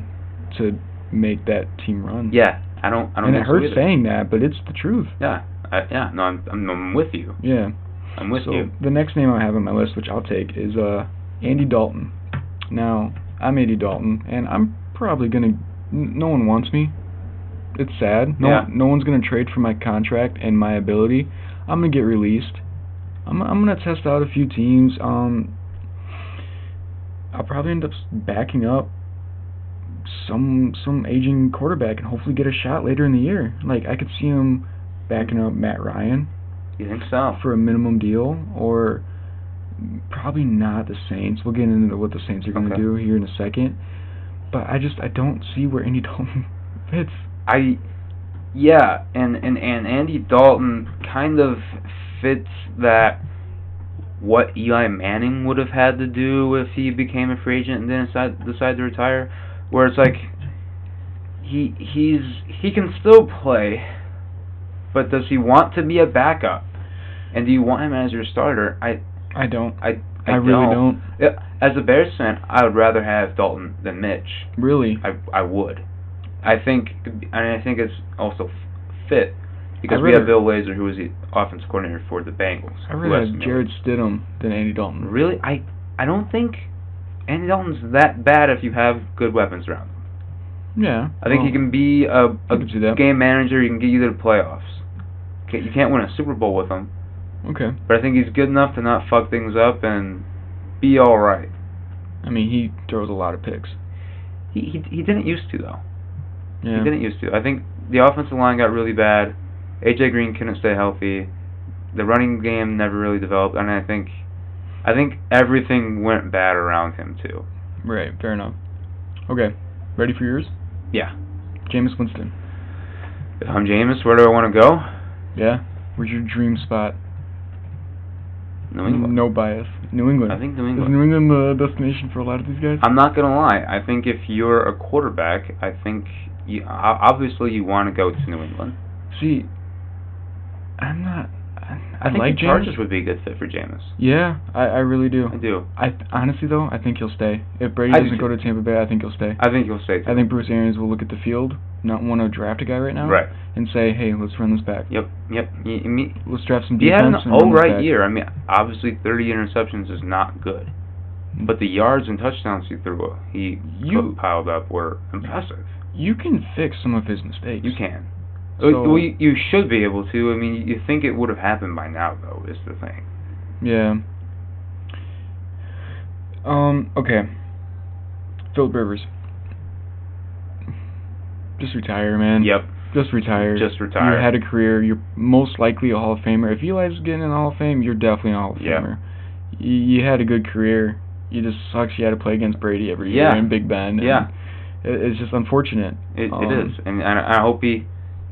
S2: to make that team run.
S1: yeah. I don't I don't.
S2: and it
S1: think so
S2: hurts
S1: either.
S2: saying that, but it's the truth.
S1: Yeah, I, yeah. No, I'm, I'm I'm with you.
S2: Yeah.
S1: I'm with
S2: so
S1: you.
S2: the next name I have on my list, which I'll take, is uh Andy Dalton. Now I'm Andy Dalton, and I'm probably gonna. n- No one wants me. It's sad. No,
S1: Yeah.
S2: no one's gonna trade for my contract and my ability. I'm gonna get released. I'm I'm gonna test out a few teams. Um, I'll probably end up s- backing up some some aging quarterback and hopefully get a shot later in the year. Like I could see him backing up Matt Ryan
S1: You think so?
S2: for a minimum deal or probably not the Saints. We'll get into what the Saints are going to
S1: Okay.
S2: do here in a second. But I just I don't see where Andy Dalton fits.
S1: I yeah, and and and Andy Dalton kind of fits that what Eli Manning would have had to do if he became a free agent and then decided, decided to retire, where it's like he he's he can still play, but does he want to be a backup? And do you want him as your starter? I
S2: I don't.
S1: I I,
S2: I, really
S1: don't.
S2: don't.
S1: Yeah, As a Bears fan, I would rather have Dalton than Mitch.
S2: Really.
S1: I I would. I think, and I think it's also f- fit because
S2: I'd
S1: we have
S2: rather-
S1: Bill Lazor, who is the offensive coordinator for the Bengals.
S2: I
S1: who
S2: rather
S1: has
S2: have
S1: Miller.
S2: Jared Stidham than Andy Dalton.
S1: Really, I I don't think Andy Dalton's that bad if you have good weapons around. him.
S2: Yeah.
S1: I think
S2: well,
S1: he can be a,
S2: Oh. I
S1: a
S2: could see that.
S1: game manager. He can get you to the playoffs. Ca- You can't win a Super Bowl with him,
S2: Okay.
S1: but I think he's good enough to not fuck things up and be all right.
S2: I mean, he throws a lot of picks.
S1: He he, he didn't used to though.
S2: Yeah.
S1: He didn't used to. I think the offensive line got really bad. AJ Green couldn't stay healthy. The running game never really developed, and I think, I think everything went bad around him too.
S2: Right. Fair enough. Okay. Ready for yours?
S1: Yeah.
S2: Jameis Winston.
S1: If I'm Jameis, where do I want to go?
S2: Yeah. Where's your dream spot?
S1: New England.
S2: No bias. New England.
S1: I think New
S2: Is
S1: England.
S2: New England the destination for a lot of these guys?
S1: I'm not gonna lie. I think if you're a quarterback, I think you o- obviously you want to go to New England.
S2: See, I'm not. I,
S1: I think
S2: like
S1: the Chargers would be a good fit for Jameis.
S2: Yeah, I, I really do.
S1: I do.
S2: I th- honestly though, I think he'll stay. If Brady
S1: I do
S2: doesn't go
S1: too.
S2: to Tampa Bay, I think he'll stay.
S1: I think he'll stay.
S2: I think Bruce Arians will look at the field, not want to draft a guy right now,
S1: Right.
S2: and say, hey, let's run this back.
S1: Yep. Yep. You, you mean-
S2: Let's draft some
S1: He had an
S2: defense. and
S1: all
S2: run this
S1: right
S2: back."
S1: year. I mean, obviously, 30 interceptions is not good, but the yards and touchdowns he threw, he
S2: You-
S1: piled up were impressive.
S2: You can fix some of his mistakes.
S1: You can.
S2: So-
S1: we, you should be able to. I mean, you think it would have happened by now, though, is the thing.
S2: Yeah. Um. Okay. Philip Rivers. just retire, man.
S1: Yep.
S2: Just retire.
S1: Just retire.
S2: You had a career. You're most likely a Hall of Famer. If Eli's getting in the Hall of Fame, you're definitely a Hall of
S1: Yeah.
S2: Famer. Y- You had a good career. You just sucks. You had to play against Brady every year
S1: Yeah.
S2: and Big Ben. and
S1: Yeah.
S2: it- It's just unfortunate.
S1: It,
S2: Um,
S1: it is, and, and I hope he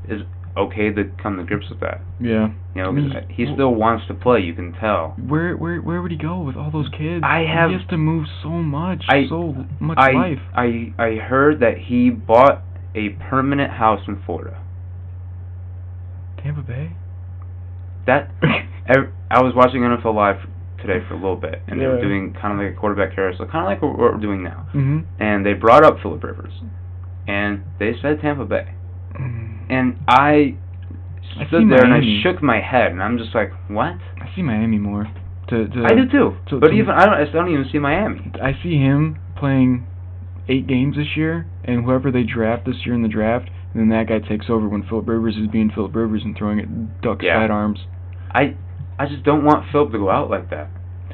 S1: is okay to come to grips with that.
S2: Yeah.
S1: You know,
S2: I mean,
S1: 'cause he still wants to play. You can tell.
S2: Where where where would he go with all those kids?
S1: I have-
S2: He has to move so much.
S1: I-
S2: so much
S1: I
S2: life.
S1: I I heard that he bought a permanent house in Florida.
S2: Tampa Bay.
S1: That ev- I was watching NFL live today for a little bit, and they were
S2: Yeah.
S1: doing kind of like a quarterback carousel, kind of like what we're doing now.
S2: hmm
S1: And they brought up Philip Rivers, and they said Tampa Bay,
S2: And
S1: and I
S2: I see
S1: stood there and I
S2: Miami.
S1: shook my head, and I'm just like, what?
S2: I see Miami more. To, to
S1: I do too.
S2: So-
S1: but
S2: so-
S1: even I don't, I still don't even see Miami.
S2: I see him playing eight games this year, and whoever they draft this year in the draft, then that guy takes over when Philip Rivers is being Philip Rivers and throwing it ducks
S1: Yeah.
S2: fat arms.
S1: I I just don't want Philip to go out like that.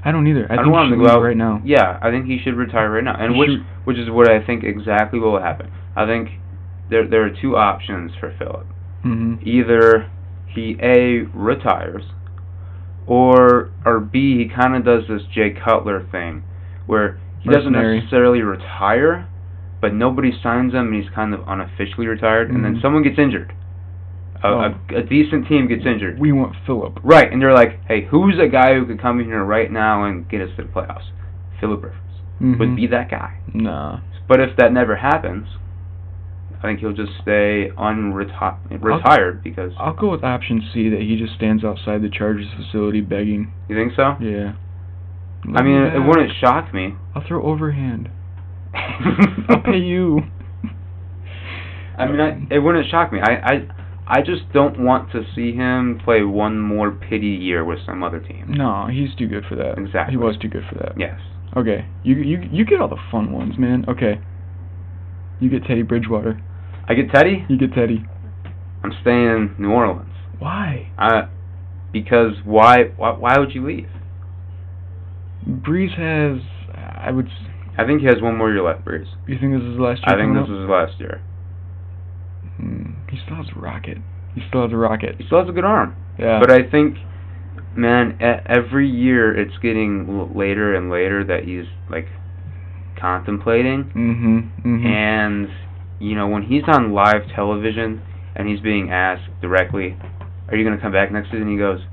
S2: I don't either. I,
S1: I don't
S2: think he
S1: want him to
S2: should
S1: go
S2: leave
S1: out-
S2: right now.
S1: Yeah, I think he should retire right now, and
S2: He
S1: which
S2: should-
S1: which is what I think exactly will happen. I think there there are two options for Philip.
S2: hmm
S1: Either he a retires, or or b he kind of does this Jay Cutler thing, where he doesn't
S2: Mercenary.
S1: necessarily retire, but nobody signs him, and he's kind of unofficially retired, and then
S2: Mhm.
S1: someone gets injured. A,
S2: Oh.
S1: a, a decent team gets injured.
S2: We want Philip.
S1: Right, and they're like, hey, who's a guy who could come in here right now and get us to the playoffs? Philip Rivers would
S2: Mhm.
S1: be that guy.
S2: Nah.
S1: But if that never happens, I think he'll just stay unretired retired because
S2: I'll go with option C that he just stands outside the Chargers facility begging.
S1: you think so?
S2: Yeah.
S1: I
S2: Let
S1: mean,
S2: me
S1: it
S2: back.
S1: wouldn't shock me.
S2: I'll throw overhand. I'll pay you.
S1: I mean, I, it wouldn't shock me. I, I I just don't want to see him play one more pity year with some other team.
S2: No, he's too good for that.
S1: Exactly.
S2: He was too good for that.
S1: Yes.
S2: Okay, you you you get all the fun ones, man. Okay. You get Teddy Bridgewater.
S1: I get Teddy.
S2: You get Teddy.
S1: I'm staying in New Orleans.
S2: Why?
S1: I, because why, why why would you leave?
S2: Breeze has. I would. s-
S1: I think he has one more year left, Breeze.
S2: You think this is his last year?
S1: I think
S2: coming
S1: this
S2: up?
S1: is his last year.
S2: Hmm, he still has a rocket. He still has a rocket.
S1: He still has a good arm.
S2: Yeah.
S1: But I think, man, e- every year it's getting l- later and later that he's like contemplating,
S2: Mhm. Mhm.
S1: and you know when he's on live television and he's being asked directly, "Are you gonna come back next season?" He goes,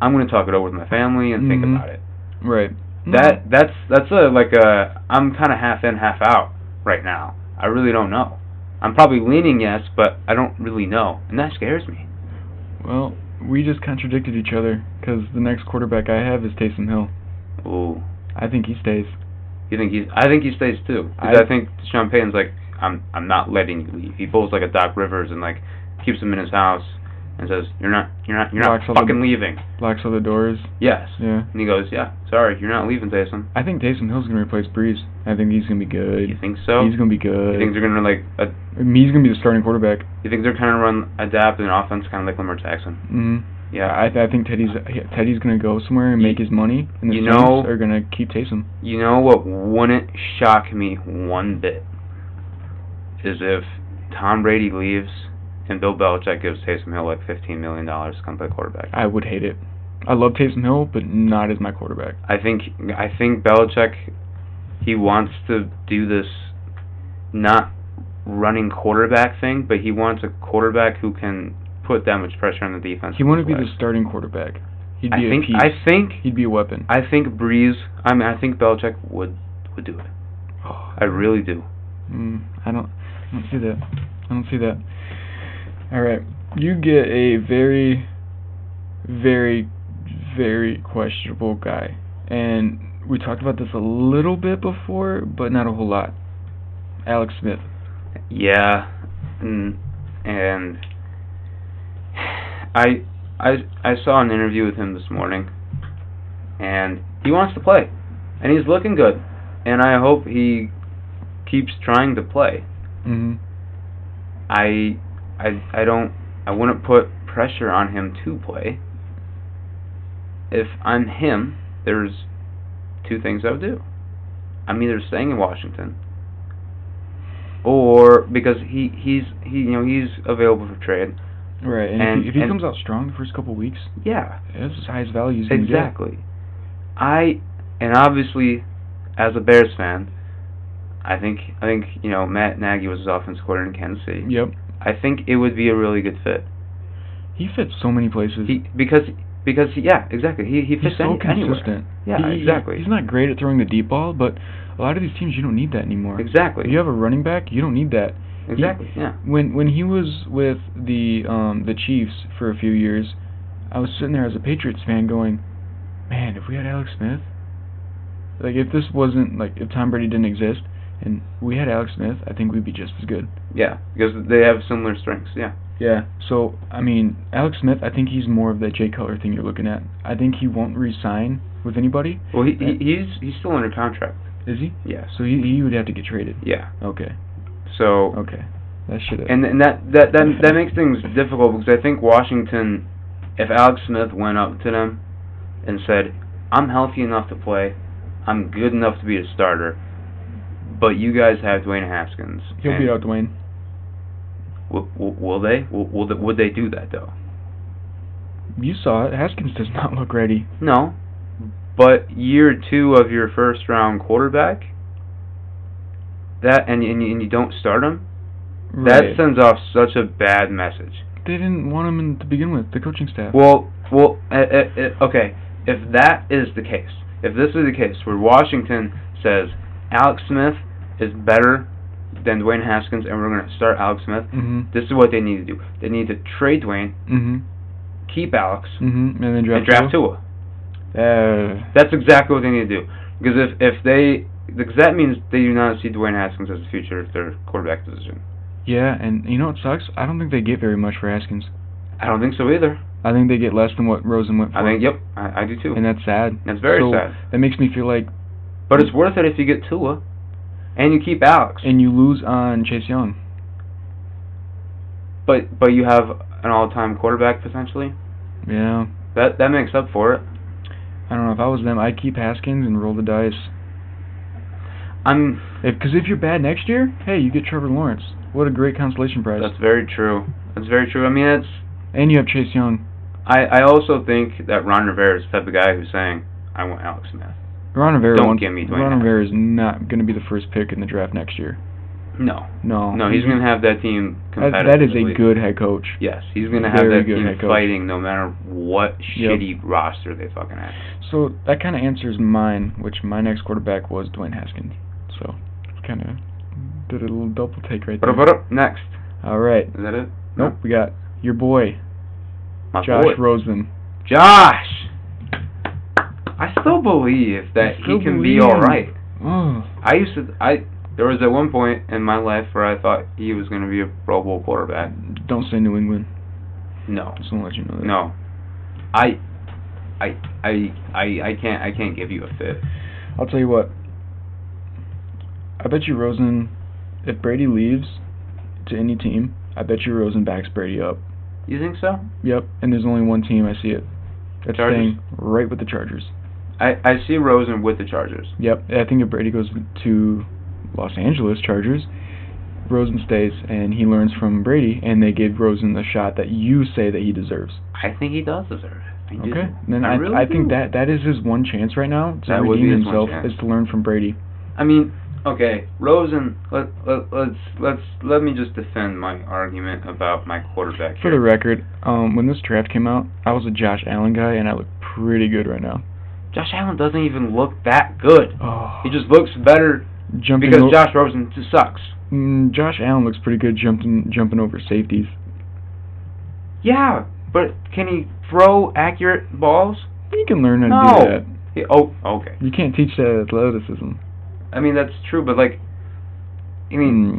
S1: "I'm gonna talk it over with my family and think
S2: Mhm.
S1: about it."
S2: right.
S1: That that's that's a like a I'm kind of half in half out right now. I really don't know. I'm probably leaning yes, but I don't really know, and that scares me.
S2: Well, we just contradicted each other because the next quarterback I have is Taysom Hill.
S1: Ooh.
S2: I think he stays.
S1: You think he's? I think he stays too. 'Cause I,
S2: I-
S1: think Sean Payton's like, I'm, I'm not letting you leave. He pulls like a Doc Rivers and like keeps him in his house and says, you're not, you're not, you're not
S2: Locks all the-
S1: fucking leaving.
S2: Locks all the doors.
S1: Yes.
S2: Yeah.
S1: And he goes, yeah, sorry, you're not leaving, Taysom.
S2: I think Taysom Hill's gonna replace Breeze. I think he's gonna be good.
S1: You think so?
S2: He's gonna be
S1: you
S2: good.
S1: think they're gonna like? Uh,
S2: I mean, he's gonna be the starting quarterback.
S1: you think they're kind of run adapt an offense kind of like Lamar Jackson?
S2: hmm
S1: Yeah.
S2: I, th- I think Teddy's yeah, Teddy's gonna go somewhere and make his money, and the
S1: Mm-hmm. You
S2: Saints
S1: know-
S2: are gonna keep Taysom.
S1: You know what wouldn't shock me one bit is if Tom Brady leaves and Bill Belichick gives Taysom Hill like fifteen million dollars to come play quarterback.
S2: I would hate it. I love Taysom Hill, but not as my quarterback.
S1: I think I think Belichick he wants to do this not running quarterback thing, but he wants a quarterback who can put that much pressure on the defense.
S2: He wouldn't be
S1: with
S2: the
S1: his
S2: starting quarterback. He'd
S1: legs. I
S2: be a
S1: think
S2: piece.
S1: I think
S2: He'd be a weapon.
S1: I think Breeze I mean I think Belichick would would do it. I really do.
S2: Mm, I don't. I don't see that. I don't see that. All right, you get a very, very, very questionable guy, and we talked about this a little bit before, but not a whole lot. Alex Smith.
S1: Yeah. And, and I I I saw an interview with him this morning and he wants to play. And he's looking good. And I hope he keeps trying to play.
S2: hmm
S1: Mm-hmm. I I I don't I wouldn't put pressure on him to play. If I'm him, there's two things I would do. I'm either staying in Washington or because he he's he you know he's available for trade.
S2: Right, and,
S1: And-
S2: if he, if he
S1: and-
S2: comes out strong the first couple weeks,
S1: Yeah,
S2: that's as high as value as you can get.
S1: exactly. I and obviously, as a Bears fan, I think I think you know Matt Nagy was his offensive coordinator in Kansas City.
S2: Yep.
S1: I think it would be a really good fit.
S2: He fits so many places.
S1: He because because yeah exactly he he
S2: Mm-hmm. he's
S1: fits
S2: so
S1: any, anywhere.
S2: consistent.
S1: Yeah,
S2: He- he-
S1: exactly.
S2: He's not great at throwing the deep ball, but a lot of these teams you don't need that anymore.
S1: Exactly.
S2: You have a running back, you don't need that.
S1: exactly. Yeah.
S2: When when he was with the um the Chiefs for a few years, I was sitting there as a Patriots fan going, Man, if we had Alex Smith like if this wasn't like if Tom Brady didn't exist and we had Alex Smith, I think we'd be just as good.
S1: Yeah. Because they have similar strengths. Yeah.
S2: Yeah. So I mean, Alex Smith, I think he's more of that Jay Cutler thing you're looking at. I think he won't re-sign with anybody.
S1: Well, he, he he's he's still under contract.
S2: Is he?
S1: Yes.
S2: So he he would have to get traded.
S1: Yeah.
S2: Okay.
S1: So
S2: Okay. That should have.
S1: and and that that that that makes things difficult because I think Washington, if Alex Smith went up to them and said, "I'm healthy enough to play, I'm good enough to be a starter, but you guys have Dwayne Haskins."
S2: He'll
S1: and
S2: beat out Dwayne.
S1: Will, will, will they? Will, will they, would they do that though?
S2: You saw it. Haskins does not look ready.
S1: No. But year two of your first round quarterback, that and and, you- and you don't start him, that
S2: Right.
S1: sends off such a bad message.
S2: they didn't want him in, to begin with. The coaching staff.
S1: Well, well, uh, uh, okay. If that is the case, if this is the case where Washington says Alex Smith is better than Dwayne Haskins, and we're going to start Alex Smith,
S2: Mhm.
S1: this is what they need to do. They need to trade Dwayne,
S2: Mhm.
S1: keep Alex,
S2: Mhm. And then draft.
S1: and draft Tua.
S2: Tua. Uh,
S1: That's exactly what they need to do. Because if if they because that means they do not see Dwayne Haskins as the future of their quarterback position.
S2: yeah, and you know what sucks? I don't think they get very much for Haskins.
S1: I don't think so either.
S2: I think they get less than what Rosen went for.
S1: I think yep, I, I do too.
S2: And that's sad.
S1: That's very
S2: so
S1: sad.
S2: That makes me feel like
S1: But it's worth it if you get Tua, and you keep Alex.
S2: and you lose on Chase Young.
S1: But but you have an all-time quarterback potentially.
S2: Yeah.
S1: That that makes up for it.
S2: I don't know. If I was them, I'd keep Haskins and roll the dice.
S1: I'm.
S2: Because if, you're bad next year, hey, you get Trevor Lawrence. What a great consolation prize.
S1: That's very true. That's very true. I mean, it's.
S2: and you have Chase Young.
S1: I I also think that Ron Rivera is the type of guy who's saying, "I want Alex Smith."
S2: Ron Rivera.
S1: Don't
S2: won't-
S1: give me Dwayne
S2: Ron
S1: Haskins.
S2: Rivera is not going to be the first pick in the draft next year.
S1: No.
S2: No.
S1: No, he's gonna have that team
S2: That,
S1: competitive.
S2: that is
S1: at
S2: a
S1: least.
S2: good head coach.
S1: Yes, he's gonna have
S2: very
S1: that
S2: good
S1: team
S2: head coach.
S1: fighting no matter what
S2: Yep.
S1: shitty roster they fucking have.
S2: So that kind of answers mine, which my next quarterback was Dwayne Haskins. So kind of did a little double take right there.
S1: But but up next,
S2: All right.
S1: is that it?
S2: Nope. We got your boy,
S1: My
S2: Josh
S1: boy.
S2: Rosen.
S1: Josh. I still believe that
S2: still
S1: he can be
S2: believe in
S1: all
S2: him.
S1: right.
S2: Oh.
S1: I used to. I there was at one point in my life where I thought he was going to be a Pro Bowl quarterback.
S2: Don't say New England.
S1: No,
S2: Just want to let you know that.
S1: no, I, I, I, I, I can't. I can't give you a fit.
S2: I'll tell you what. I bet you Rosen, if Brady leaves to any team, I bet you Rosen backs Brady up.
S1: You think so?
S2: Yep. And there's only one team I see it. That's
S1: Chargers?
S2: staying right with the Chargers.
S1: I I see Rosen with the Chargers.
S2: Yep. and I think if Brady goes to Los Angeles Chargers, Rosen stays and he learns from Brady and they give Rosen the shot that you say that he deserves.
S1: I think he does deserve it. I do.
S2: Okay. Then
S1: I
S2: I,
S1: really
S2: I think
S1: do.
S2: that that is his one chance right now to
S1: That would
S2: redeem
S1: be his one
S2: himself
S1: chance.
S2: is to learn from Brady.
S1: I mean, okay, Rosen. Let let let's let's let me just defend my argument about my quarterback.
S2: For the
S1: here.
S2: record, um, when this draft came out, I was a Josh Allen guy, and I look pretty good right now.
S1: Josh Allen doesn't even look that good.
S2: Oh,
S1: He just looks better
S2: jumping
S1: because
S2: o-
S1: Josh Rosen just sucks.
S2: Mm, Josh Allen looks pretty good jumping jumping over safeties.
S1: Yeah, but can he throw accurate balls?
S2: You can learn how to do
S1: No.
S2: that.
S1: He, oh, okay.
S2: You can't teach that athleticism.
S1: I mean that's true, but like, I mean,
S2: Hmm.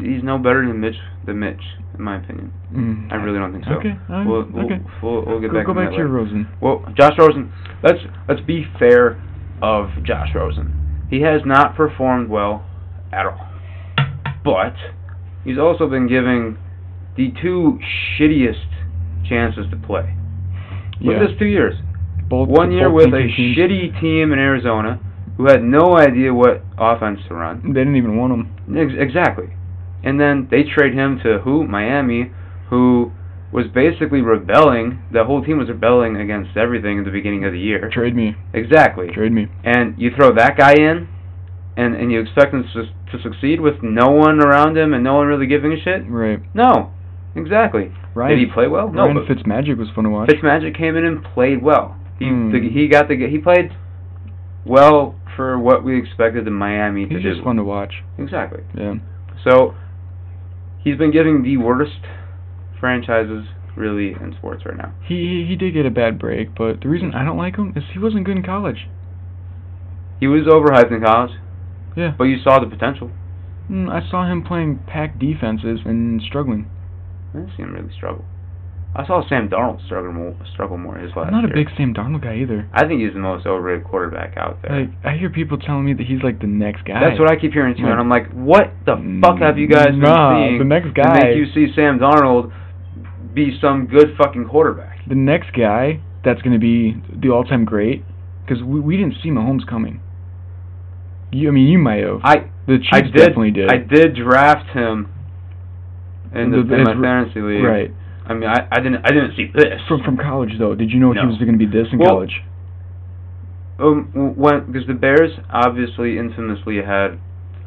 S1: he, he he's no better than Mitch than Mitch, in my opinion.
S2: Mm.
S1: I really don't think so.
S2: Okay, alright,
S1: We'll, we'll,
S2: okay.
S1: We'll, we'll get
S2: go
S1: back.
S2: go
S1: on that
S2: back to your
S1: later.
S2: Rosen.
S1: Well, Josh Rosen. Let's let's be fair of Josh Rosen. He has not performed well at all, but he's also been giving the two shittiest chances to play. Look
S2: Yeah.
S1: at this two years.
S2: Both-
S1: One year
S2: both
S1: with a
S2: teams- teams-
S1: shitty team in Arizona who had no idea what offense to run.
S2: They didn't even want him.
S1: Ex- exactly. And then they trade him to who? Miami, who was basically rebelling. The whole team was rebelling against everything at the beginning of the year.
S2: Trade me.
S1: Exactly.
S2: Trade me.
S1: And you throw that guy in, and and you expect him to, to succeed with no one around him and no one really giving a shit.
S2: Right.
S1: No, exactly.
S2: Ryan,
S1: Did he play well? No.
S2: Ryan
S1: but
S2: Fitzmagic was fun to watch.
S1: Fitzmagic came in and played well. He
S2: Hmm.
S1: the, he got the he played well for what we expected the Miami to
S2: He's
S1: do.
S2: just fun to watch.
S1: Exactly.
S2: Yeah.
S1: So he's been giving the worst franchises really in sports right now.
S2: He he- he did get a bad break, but the reason I don't like him is he wasn't good in college.
S1: He was overhyped in college,
S2: Yeah.
S1: but you saw the potential.
S2: Mm, I saw him playing pack defenses and struggling.
S1: I didn't see him really struggle. I saw Sam Darnold struggle more, struggle more his last
S2: I'm not a
S1: year.
S2: big Sam Darnold guy either.
S1: I think he's the most overrated quarterback out there.
S2: Like I hear people telling me that he's like the next guy.
S1: That's what I keep hearing too,
S2: Like-
S1: and I'm like, what the fuck have you guys
S2: Nah,
S1: been seeing
S2: the next
S1: to
S2: guy.
S1: make you see Sam Darnold be some good fucking quarterback?
S2: the next guy that's going to be the all-time great because we, we didn't see Mahomes coming. You, I mean, you might have.
S1: I
S2: the Chiefs
S1: I did,
S2: definitely did.
S1: I did draft him in, the,
S2: The-
S1: in my
S2: it's-
S1: fantasy league.
S2: Right
S1: I mean, I, I didn't I didn't see this.
S2: from from college though. Did you know
S1: No.
S2: he was going to be this in
S1: Well,
S2: college?
S1: Um, w- when because the Bears obviously infamously had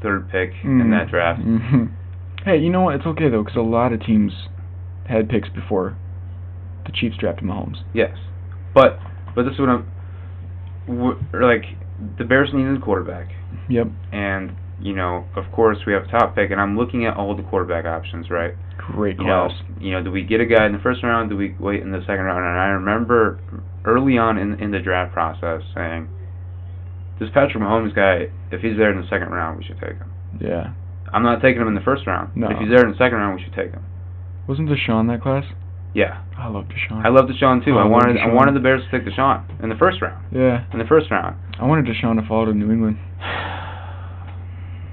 S1: third pick in
S2: Mm.
S1: that draft.
S2: Mhm. Hey, you know what? It's okay though because a lot of teams had picks before the Chiefs drafted Mahomes.
S1: Yes, but but this is what I'm w- like. The Bears needed a quarterback.
S2: Yep.
S1: and you know, of course, we have top pick, and I'm looking at all the quarterback options, right?
S2: Great
S1: You know,
S2: class.
S1: you know, do we get a guy in the first round? Do we wait in the second round? And I remember early on in in the draft process saying, this Patrick Mahomes guy, if he's there in the second round, we should take him.
S2: Yeah.
S1: I'm not taking him in the first round.
S2: No.
S1: If he's there in the second round, we should take him.
S2: Wasn't Deshaun that class?
S1: Yeah,
S2: I love Deshaun.
S1: I love Deshaun too.
S2: I
S1: I
S2: love
S1: wanted I
S2: Deshaun.
S1: wanted the Bears to take Deshaun in the first round.
S2: yeah.
S1: In the first round.
S2: I wanted Deshaun to follow to New England.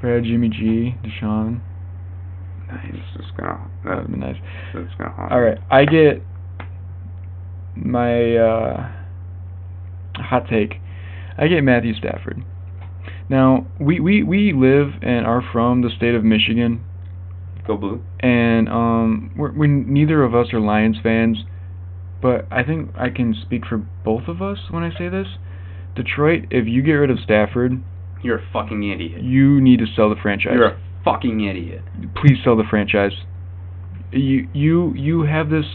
S2: Brad, Jimmy G, Deshaun.
S1: It's just gonna uh,
S2: That would
S1: that,
S2: be nice.
S1: that's gonna haunt.
S2: All right, I get my uh, hot take. I get Matthew Stafford. Now we, we we live and are from the state of Michigan,
S1: Go blue.
S2: and um, we're, we neither of us are Lions fans, but I think I can speak for both of us when I say this. Detroit, if you get rid of Stafford,
S1: You're a fucking idiot.
S2: you need to sell the franchise.
S1: You're a fucking idiot.
S2: please sell the franchise. You you you have this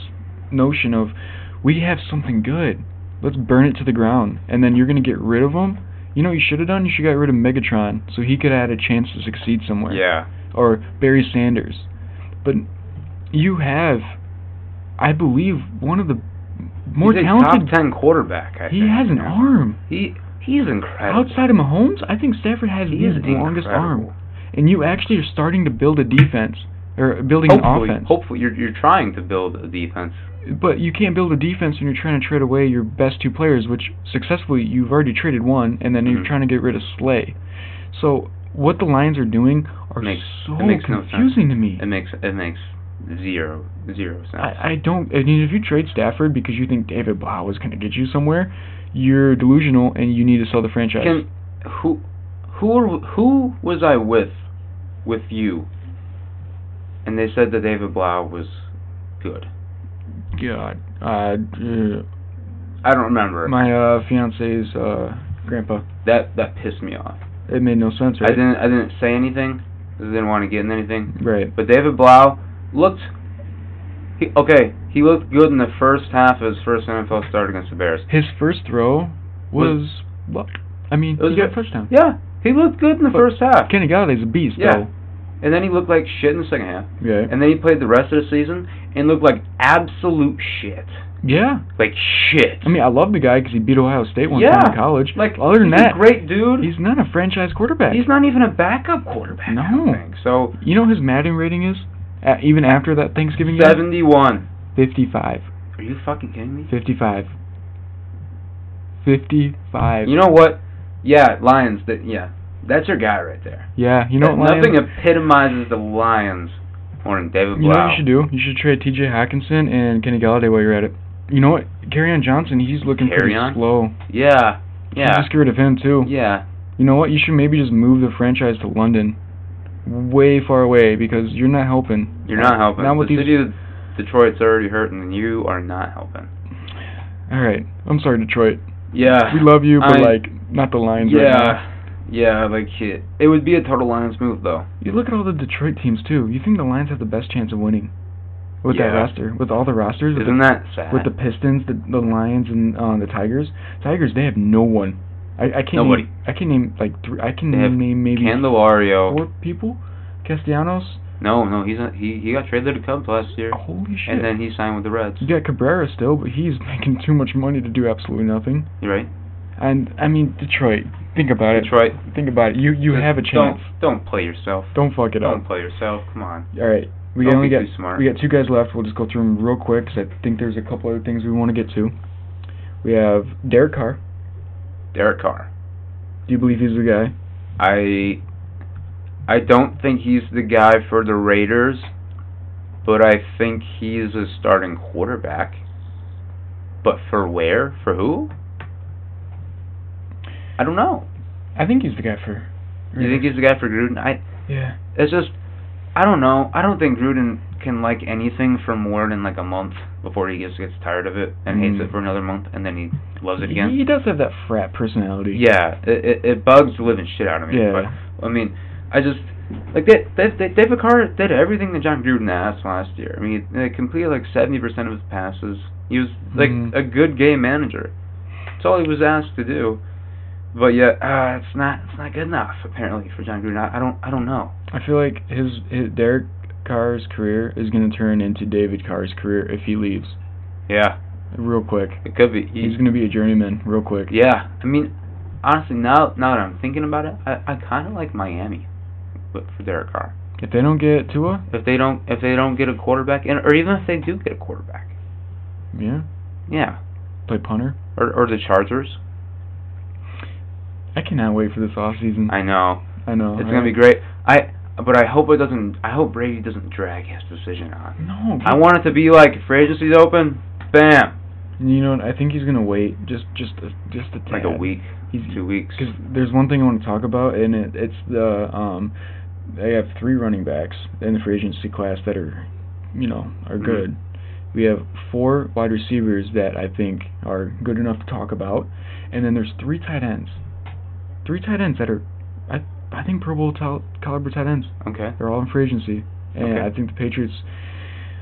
S2: notion of we have something good. Let's burn it to the ground, and then you're gonna get rid of him. You know what you should have done. You should got rid of Megatron so he could have had a chance to succeed somewhere.
S1: Yeah.
S2: Or Barry Sanders, but you have, I believe, one of the more
S1: he's
S2: talented.
S1: a top ten quarterback. I
S2: he
S1: think,
S2: has an
S1: now.
S2: arm.
S1: He he's incredible.
S2: Outside of Mahomes, I think Stafford has
S1: he
S2: the
S1: is
S2: longest arm.
S1: incredible.
S2: And you actually are starting to build a defense or building
S1: Hopefully,
S2: an offense.
S1: hopefully you're you're trying to build a defense.
S2: But you can't build a defense when you're trying to trade away your best two players, which successfully you've already traded one, and then
S1: Mhm.
S2: you're trying to get rid of Slay. So what the Lions are doing are
S1: Makes-
S2: so
S1: it makes no sense.
S2: confusing to me.
S1: It makes it makes zero zero sense.
S2: I, I don't. I mean, if you trade Stafford because you think David Blau is going to get you somewhere, you're delusional and you need to sell the franchise.
S1: Can who who are- who was I with with you? And they said that David Blau was good.
S2: God, uh, uh,
S1: I don't remember.
S2: my uh, fiance's uh, grandpa.
S1: that that pissed me off.
S2: It made no sense,
S1: I
S2: right?
S1: didn't I didn't say anything. 'cause I didn't want to get in anything.
S2: Right.
S1: But David Blau looked. He, okay, he looked good in the first half of his first NFL start against the Bears.
S2: His first throw was, luck. I mean,
S1: It was
S2: he got a
S1: good.
S2: touchdown.
S1: Yeah, he looked good in the
S2: But-
S1: first half.
S2: Kenny Galladay's a beast,
S1: Yeah.
S2: though.
S1: And then he looked like shit in the second half.
S2: Yeah.
S1: And then he played the rest of the season and looked like absolute shit.
S2: yeah.
S1: Like shit.
S2: I mean, I love the guy because he beat Ohio State one
S1: Yeah.
S2: time in college.
S1: like
S2: other than
S1: he's
S2: that,
S1: a great dude.
S2: he's not a franchise quarterback.
S1: He's not even a backup quarterback. I don't
S2: No.
S1: think. So
S2: you know what his Madden rating is? A even after that Thanksgiving game?
S1: seventy-one.
S2: 55.
S1: Are you fucking kidding me?
S2: 55. 55.
S1: You know what? Yeah, Lions. That yeah, that's your guy right there.
S2: yeah, you know what, Lions?
S1: nothing epitomizes the Lions more than David
S2: You know what
S1: Blau.
S2: you should do? You should trade T.J. Hawkinson and Kenny Galladay while you're at it. You know what? Carrion Johnson, he's looking
S1: Kerryon?
S2: pretty slow.
S1: Yeah, yeah,
S2: Just get rid of him too.
S1: yeah.
S2: You know what? You should maybe just move the franchise to London. way far away because you're not helping.
S1: You're not helping.
S2: Not with
S1: the
S2: these-
S1: city of Detroit's already hurting, and you are not helping.
S2: All right, I'm sorry, Detroit.
S1: Yeah.
S2: We love you, but
S1: I-
S2: like not the Lions
S1: Yeah.
S2: right now.
S1: Yeah, like it, it would be a total Lions move though.
S2: You look at all the Detroit teams too. You think the Lions have the best chance of winning with that
S1: Yeah.
S2: roster, with all the rosters, with the,
S1: Isn't that sad?
S2: with the Pistons, the, the Lions, and uh, the Tigers. Tigers, they have no one. I, I can't. name-
S1: Nobody.
S2: I can name like three. I can
S1: They have
S2: name maybe
S1: Candelario.
S2: four people. Castellanos.
S1: No, no, he's not, he he got traded to the Cubs last year,
S2: Holy Oh, shit.
S1: and then he signed with the Reds.
S2: you got Cabrera still, but he's making too much money to do absolutely nothing.
S1: You right?
S2: And I mean Detroit. Think about
S1: Detroit.
S2: it. Think about it. You you
S1: Just
S2: have a chance.
S1: Don't don't play yourself.
S2: Don't, fuck it
S1: Don't
S2: up.
S1: play yourself. Come on.
S2: All right. We
S1: don't
S2: only
S1: be
S2: got
S1: too smart.
S2: We got two guys left. We'll just go through them real quick 'cause I think there's a couple other things we want to get to. We have Derek Carr.
S1: Derek Carr.
S2: Do you believe he's the guy?
S1: I I don't think he's the guy for the Raiders, but I think he's a starting quarterback. But for where? For who? I don't know.
S2: I think he's the guy for.
S1: You think he's the guy for Gruden? I
S2: Yeah.
S1: it's just I don't know. I don't think Gruden can like anything for more than like a month before he just gets tired of it and hates
S2: Mm.
S1: it for another month and then he loves it
S2: He,
S1: again.
S2: does have that frat personality.
S1: Yeah, it, it, it bugs the living shit out of me.
S2: Yeah.
S1: But I mean, I just like they they they David Carr did everything that John Gruden asked last year. I mean, they completed like seventy percent of his passes. He was like
S2: Mhm.
S1: a good game manager. That's all he was asked to do. But yet, uh, it's not it's not good enough apparently for John Gruden. I, I don't I don't know.
S2: I feel like his, his Derek Carr's career is gonna turn into David Carr's career if he leaves
S1: Yeah,
S2: real quick.
S1: it could be.
S2: He's gonna be a journeyman real quick.
S1: yeah, I mean, honestly, now now that I'm thinking about it, I I kind of like Miami, but for Derek Carr.
S2: If they don't get Tua,
S1: if they don't if they don't get a quarterback and or even if they do get a quarterback.
S2: yeah,
S1: Yeah.
S2: play punter.
S1: Or or the Chargers.
S2: I cannot wait for this off season.
S1: I know.
S2: I know.
S1: It's gonna be great. I but I hope it doesn't I hope Brady doesn't drag his decision on.
S2: No.
S1: I want it to be like if free agency's open, bam.
S2: You know, what, I think he's gonna wait just just a, just a tad.
S1: Like a week,
S2: He's
S1: two weeks.
S2: because there's one thing I want to talk about, and it, it's the um, they have three running backs in the free agency class that are, you know, are
S1: Mhm.
S2: good. We have four wide receivers that I think are good enough to talk about, and then there's three tight ends, three tight ends that are, I I think Pro Bowl tal- caliber tight ends.
S1: Okay.
S2: They're all in free agency, and
S1: Okay.
S2: I think the Patriots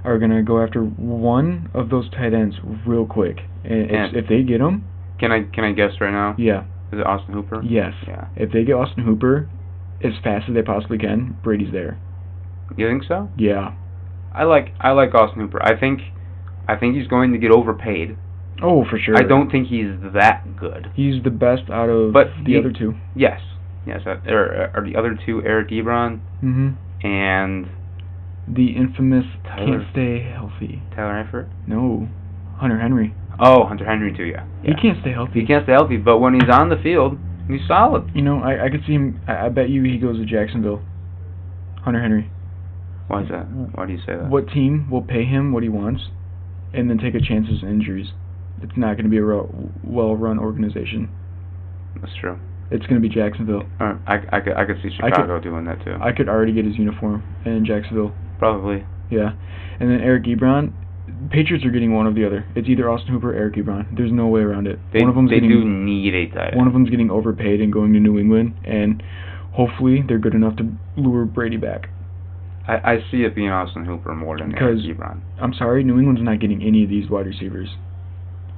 S2: are gonna go after one of those tight ends real quick, and
S1: And-
S2: if, if they get them,
S1: Can I can I guess right now?
S2: yeah,
S1: Is it Austin Hooper?
S2: yes.
S1: Yeah.
S2: If they get Austin Hooper as fast as they possibly can, Brady's there.
S1: You think so?
S2: Yeah.
S1: I like I like Austin Hooper. I think I think he's going to get overpaid.
S2: Oh, for sure.
S1: I don't think he's that good.
S2: He's the best out of
S1: But
S2: the
S1: he-
S2: other two.
S1: Yes. Yes. uh, Or or the other two, Eric Ebron
S2: Mm-hmm.
S1: and
S2: The infamous
S1: Tyler.
S2: can't stay healthy.
S1: Tyler Eifert.
S2: No, Hunter Henry.
S1: Oh, Hunter Henry too. Yeah. yeah.
S2: He can't stay healthy. Mm.
S1: He can't stay healthy, but when he's on the field, he's solid.
S2: You know, I, I could see him. I, I bet you he goes to Jacksonville. Hunter Henry.
S1: Why is that? Why do you say that?
S2: Mm. What team will pay him what he wants, and then take a chance at his injuries? It's not going to be a real- well-run organization.
S1: That's true.
S2: It's going to be Jacksonville.
S1: Or, I, I, could, I could see
S2: I could-
S1: Chicago doing that too.
S2: I could already get his uniform in Jacksonville.
S1: Probably.
S2: Yeah. And then Eric Ebron. Patriots are getting one of the other. It's either Austin Hooper or Eric Ebron. There's no way around it.
S1: They,
S2: one of them's
S1: they
S2: getting
S1: do need a tight
S2: one
S1: end.
S2: of them's getting overpaid and going to New England and hopefully they're good enough to lure Brady back.
S1: I, I see it being Austin Hooper more than Eric
S2: Because-
S1: Ebron.
S2: I'm sorry, New England's not getting any of these wide receivers.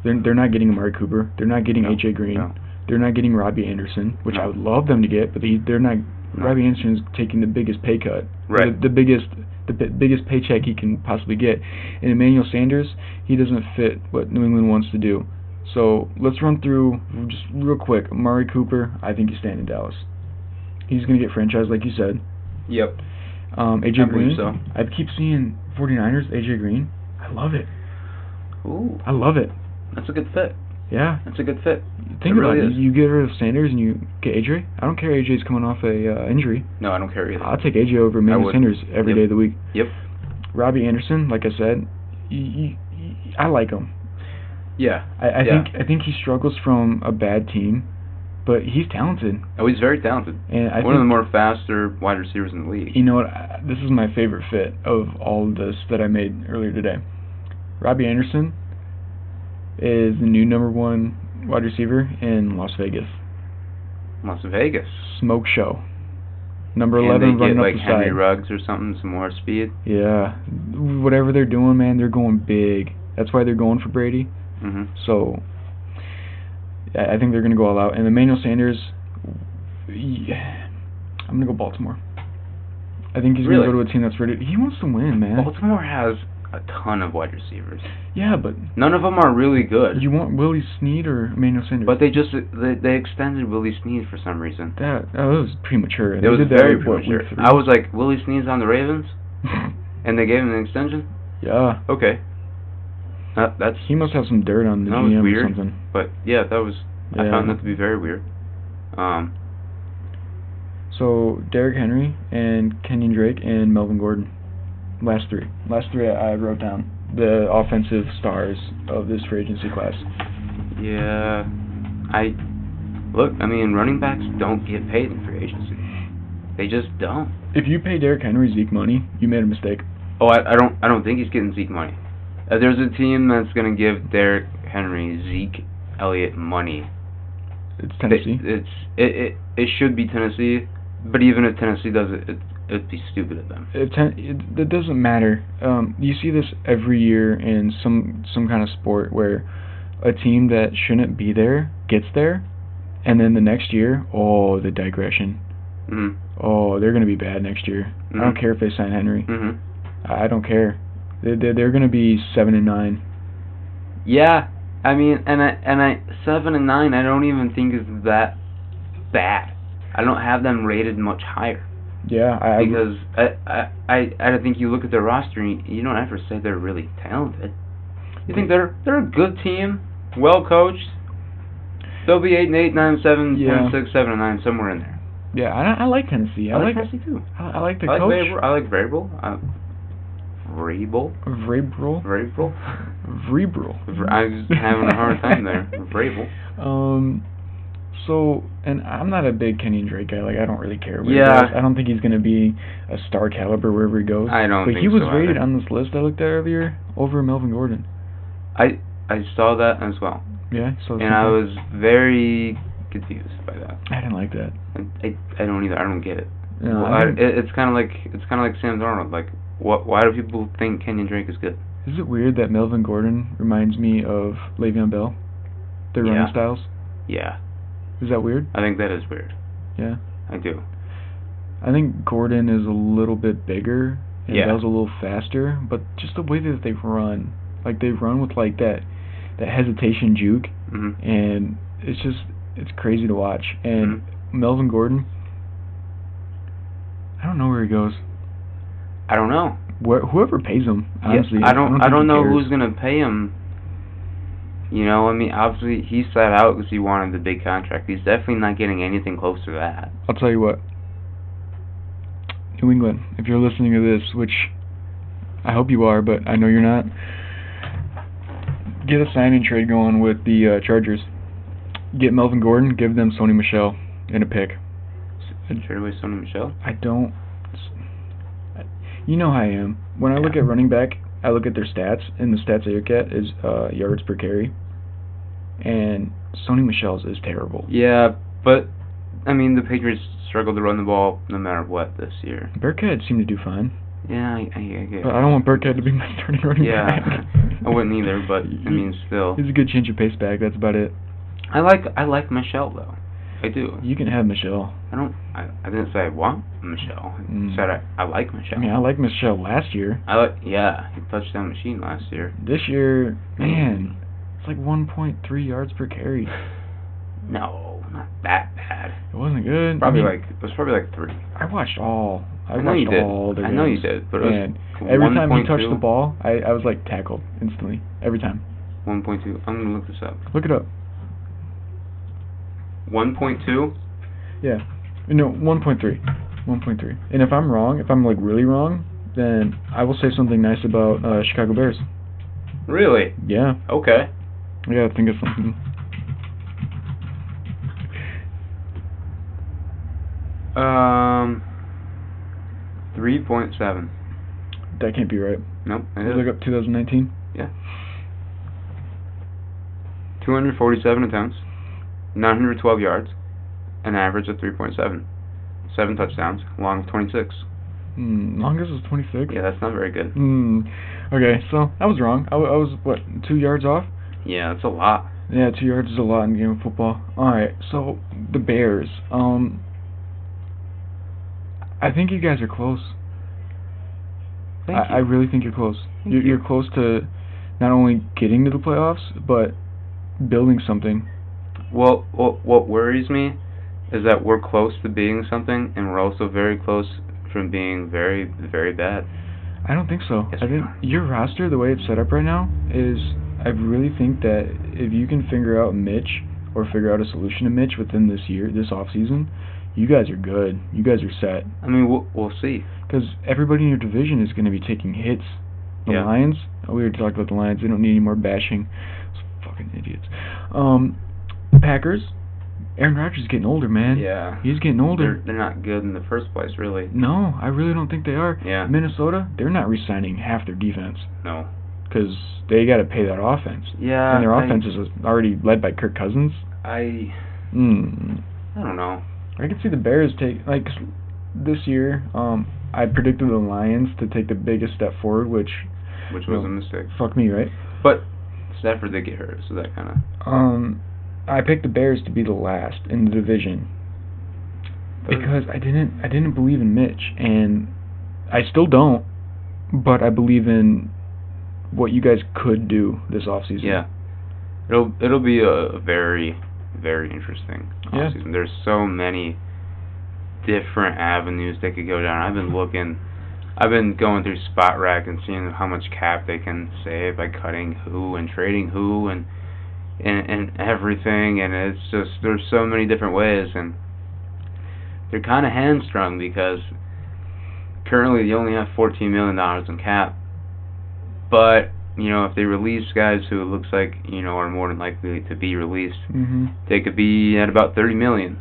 S2: They're they're not getting Amari Cooper. They're not getting
S1: No,
S2: AJ Green.
S1: no.
S2: They're not getting Robbie Anderson, which I
S1: No.
S2: would love them to get, but they they're not
S1: No.
S2: Robbie Anderson's taking the biggest pay cut.
S1: Right.
S2: The, the biggest the bi- biggest paycheck he can possibly get. And Emmanuel Sanders, he doesn't fit what New England wants to do. So let's run through just real quick. Amari Cooper, I think he's staying in Dallas. He's gonna get franchised, like you said.
S1: Yep.
S2: Um, AJ
S1: I
S2: Green.
S1: believe so.
S2: I keep seeing 49ers. AJ Green. I love it.
S1: Ooh,
S2: I love it.
S1: that's a good fit.
S2: Yeah.
S1: That's a good fit.
S2: Think
S1: It
S2: about
S1: really
S2: it.
S1: is.
S2: You get rid of Sanders and you get AJ. I don't care. AJ's coming off a uh, injury.
S1: No, I don't care either.
S2: I'll take AJ over Emmanuel
S1: would.
S2: Sanders every
S1: Yep.
S2: day of the week.
S1: Yep.
S2: Robbie Anderson, like I said, y- y- y- I like him.
S1: Yeah.
S2: I, I
S1: Yeah.
S2: think I think he struggles from a bad team, But he's talented,
S1: Oh, he's very talented.
S2: and I
S1: One of the
S2: think
S1: more faster wide receivers in the league.
S2: you know what? I- This is my favorite fit of all of this that I made earlier today. Robbie Anderson is the new number one wide receiver in Las Vegas.
S1: Las Vegas.
S2: Smoke show. Number
S1: Can
S2: eleven
S1: they get
S2: running
S1: like
S2: up the
S1: Henry
S2: side.
S1: Ruggs or something, some more speed.
S2: Yeah, whatever they're doing, man, they're going big. That's why they're going for Brady.
S1: hmm
S2: So I I think they're going to go all out. And Emmanuel Sanders, yeah, I'm going to go Baltimore. I think he's
S1: Really?
S2: going to go to a team that's ready. He wants to win, man.
S1: Baltimore has a ton of wide receivers.
S2: yeah, but
S1: None of them are really good.
S2: you want Willie Snead or Emmanuel Sanders?
S1: But they just they, they extended Willie Snead for some reason.
S2: that, that was premature.
S1: It
S2: They
S1: was
S2: did that
S1: very
S2: with, what, week
S1: premature.
S2: three?
S1: I was like Willie Snead's on the Ravens, and they gave him an extension.
S2: yeah,
S1: Okay. That, "Oh, that's
S2: he must have some dirt on the
S1: That was
S2: GM
S1: weird.
S2: or something.
S1: but yeah that was
S2: Yeah.
S1: I found that to be very weird. Um,
S2: So Derrick Henry and Kenyon Drake and Melvin Gordon, last three. Last three I I wrote down the offensive stars of this free agency class.
S1: yeah, I look. I mean, running backs don't get paid in free agency. They just don't.
S2: If you pay Derrick Henry Zeke money, you made a mistake.
S1: Oh, I, I don't I don't think he's getting Zeke money. Uh, there's a team that's gonna give Derrick Henry Zeke Elliott money.
S2: It's
S1: They-
S2: Tennessee.
S1: it's it, it it should be Tennessee, but even if Tennessee does it, it it'd be stupid of them.
S2: It, ten, it, it doesn't matter. Um, you see this every year in some some kind of sport where a team that shouldn't be there gets there, and then the next year, oh, the digression.
S1: Mm.
S2: Oh, they're gonna be bad next year. I don't care if they sign Henry.
S1: Mm-hmm.
S2: I I don't care. They they're, they're going to be seven and nine.
S1: Yeah, I mean, and I and I seven and nine. I don't even think is that bad. I don't have them rated much higher
S2: Yeah, I, I
S1: because I I I I think you look at their roster and you don't ever say they're really talented. You think they're they're a good team, well coached. They'll be eight and eight, nine and seven, ten and
S2: Yeah.
S1: six, seven and nine, somewhere in there.
S2: yeah, I, I like Tennessee. I, like
S1: Tennessee too.
S2: I, I like the
S1: I like
S2: coach.
S1: Vrabel. I like Vrabel. I, Vrabel.
S2: Vrabel.
S1: Vrabel.
S2: Vrabel.
S1: Vra- I was having a hard time there. Vrabel.
S2: Um, so and I'm not a big Kenyon Drake guy. Like I don't really care. Where
S1: Yeah.
S2: He goes. I don't think he's going to be a star caliber wherever he goes.
S1: I don't
S2: but
S1: think
S2: he was
S1: so
S2: rated
S1: either.
S2: on this list I looked at earlier over Melvin Gordon.
S1: I I saw that as well,
S2: Yeah. So it's
S1: and I
S2: not-
S1: was very confused by that.
S2: I didn't like that.
S1: I I, I don't either. I don't get it.
S2: No,
S1: Well,
S2: I
S1: I-
S2: don't-
S1: it- it's kind of like it's kind of like Sam Darnold. Like, what? Why do people think Kenyon Drake is good?
S2: Is it weird that Melvin Gordon reminds me of Le'Veon Bell? Their
S1: Yeah.
S2: running styles.
S1: Yeah,
S2: Is that weird?
S1: I think that is weird.
S2: Yeah.
S1: I do.
S2: I think Gordon is a little bit bigger and
S1: Yeah.
S2: Bell's a little faster, but just the way that they run, like they run with like that that hesitation juke,
S1: hmm
S2: and it's just it's crazy to watch. And
S1: Mm-hmm.
S2: Melvin Gordon, I don't know where he goes.
S1: I don't know.
S2: Where, whoever pays him,
S1: Yeah,
S2: honestly.
S1: I don't. I
S2: think
S1: don't
S2: he
S1: know
S2: cares.
S1: who's gonna pay him. You know, I mean, obviously he sat out because he wanted the big contract. He's definitely not getting anything close to that.
S2: I'll tell you what. New England, if you're listening to this, which I hope you are, but I know you're not, get a sign and trade going with the uh, Chargers. Get Melvin Gordon, give them Sony Michelle and a pick.
S1: Trade away Sony Michelle.
S2: I don't. You know how I am. When I look at running back, I look at their stats, and the stats I look at is uh, yards per carry. And Sony Michelle's is terrible.
S1: Yeah, but I mean, the Patriots struggled to run the ball no matter what this year.
S2: Burkhead seemed to do fine.
S1: Yeah, I, I, I get.
S2: But I don't want Burkhead to be my starting running
S1: Yeah,
S2: back.
S1: I wouldn't either, but I mean, still,
S2: he's a good change of pace back. That's about it.
S1: I like I like Michelle though. I do.
S2: You can have Michelle.
S1: I don't. I, I didn't say I want Michelle. I
S2: Mm.
S1: said I, I like Michelle.
S2: I mean, I like Michelle last year.
S1: I like. Yeah, he touched that machine last year.
S2: This year, man, it's like 1.3 yards per carry.
S1: No, not that bad.
S2: It wasn't good. I
S1: Probably
S2: mean,
S1: like it was probably like three.
S2: I watched all. I,
S1: I know you
S2: watched
S1: did.
S2: all the
S1: I know you
S2: games.
S1: did, but it was
S2: Man, every time he touched
S1: 1.2.
S2: the ball, I, I was like tackled instantly. Every time.
S1: 1.2. I'm gonna look this up.
S2: Look it up.
S1: 1.2.
S2: Yeah. No, 1.3. 1.3. And if I'm wrong, if I'm like really wrong, then I will say something nice about uh, Chicago Bears.
S1: Really?
S2: Yeah.
S1: Okay.
S2: I gotta think of something.
S1: Um, three point seven.
S2: That can't be right.
S1: Nope, it
S2: Look
S1: is
S2: up 2019.
S1: two hundred forty-seven attempts, nine hundred twelve yards, an average of three point seven, seven touchdowns, long of twenty-six.
S2: Hmm, longest was 26.
S1: Yeah, that's not very good.
S2: Hmm. Okay, so I was wrong. I, w- I was what two yards off.
S1: Yeah, that's a lot.
S2: Yeah, two yards is a lot in the game of football. All right, so the Bears. Um, I think you guys are close.
S1: Thank
S2: I, I
S1: you.
S2: really think you're close.
S1: Thank
S2: you're,
S1: you.
S2: you're close to not only getting to the playoffs but building something.
S1: Well, what what worries me is that we're close to being something, and we're also very close from being very very bad.
S2: I don't think so.
S1: Yes,
S2: I
S1: we
S2: think
S1: are.
S2: your roster, the way it's set up right now, is I really think that if you can figure out Mitch or figure out a solution to Mitch within this year, this off season, you guys are good. You guys are set.
S1: I mean, we'll, we'll see.
S2: Because everybody in your division is going to be taking hits. The
S1: Yeah.
S2: Lions, we already talked about the Lions. They don't need any more bashing. Those fucking idiots. Um, Packers. Aaron Rodgers is getting older, man.
S1: Yeah.
S2: He's getting
S1: They're,
S2: older.
S1: they're not good in the first place, really.
S2: No, I really don't think they are.
S1: Yeah.
S2: Minnesota, they're not re-signing half their defense
S1: No.
S2: because they got to pay that offense.
S1: Yeah.
S2: and their
S1: I-
S2: offense is already led by Kirk Cousins.
S1: I
S2: Mm.
S1: I don't know.
S2: I can see the Bears take like 'cause this year. Um, I predicted the Lions to take the biggest step forward, which
S1: which was
S2: No.
S1: a mistake.
S2: fuck me, right?
S1: But Stafford did get hurt, so that kind of
S2: Um, I picked the Bears to be the last in the division because I didn't I didn't believe in Mitch, and I still don't, but I believe in what you guys could do this offseason.
S1: yeah, it'll it'll be a very very interesting
S2: Yeah.
S1: offseason. There's so many different avenues they could go down. I've been looking, I've been going through spot rack and seeing how much cap they can save by cutting who and trading who and and and everything. And it's just there's so many different ways, and they're kind of hamstrung because currently they only have 14 million dollars in cap, but you know, if they release guys who it looks like, you know, are more than likely to be released,
S2: hmm
S1: they could be at about 30 million.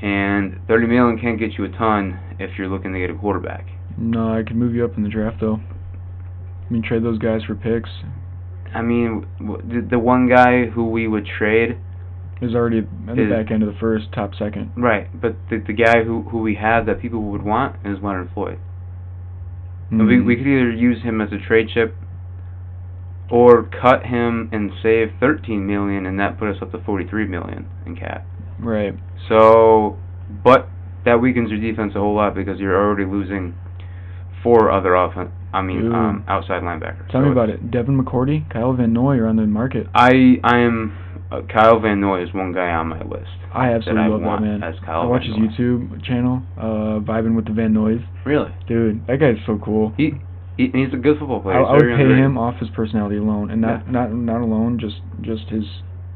S1: And 30 million can't get you a ton if you're looking to get a quarterback.
S2: No, I could move you up in the draft though. I mean, trade those guys for picks.
S1: I mean, w- the the one guy who we would trade,
S2: Is already at the
S1: Is-
S2: back end of the first, top second.
S1: right, but the, the guy who, who we have that people would want is Leonard Floyd. And we,
S2: Hmm. Mm.
S1: we could e- either use him as a trade chip or cut him and save 13 million and that put us up to 43 million in cap.
S2: Right.
S1: So, but that weakens your defense a whole lot because you're already losing four other offen I mean,
S2: Ooh.
S1: um, outside linebackers.
S2: Tell
S1: So
S2: me about
S1: it's-
S2: it. Devin McCourty, Kyle Van Noy are on the market.
S1: I I am uh, Kyle Van Noy is one guy on my list.
S2: I absolutely
S1: I
S2: love
S1: want
S2: that man.
S1: as Kyle
S2: I watch
S1: Van
S2: his
S1: Noy.
S2: YouTube channel, uh, vibing with the Van Noys.
S1: Really?
S2: Dude, that guy's so cool.
S1: He, he he's a good football
S2: I,
S1: player.
S2: I
S1: He's
S2: would
S1: very
S2: pay
S1: underrated.
S2: him off his personality alone, and not not not alone, just just his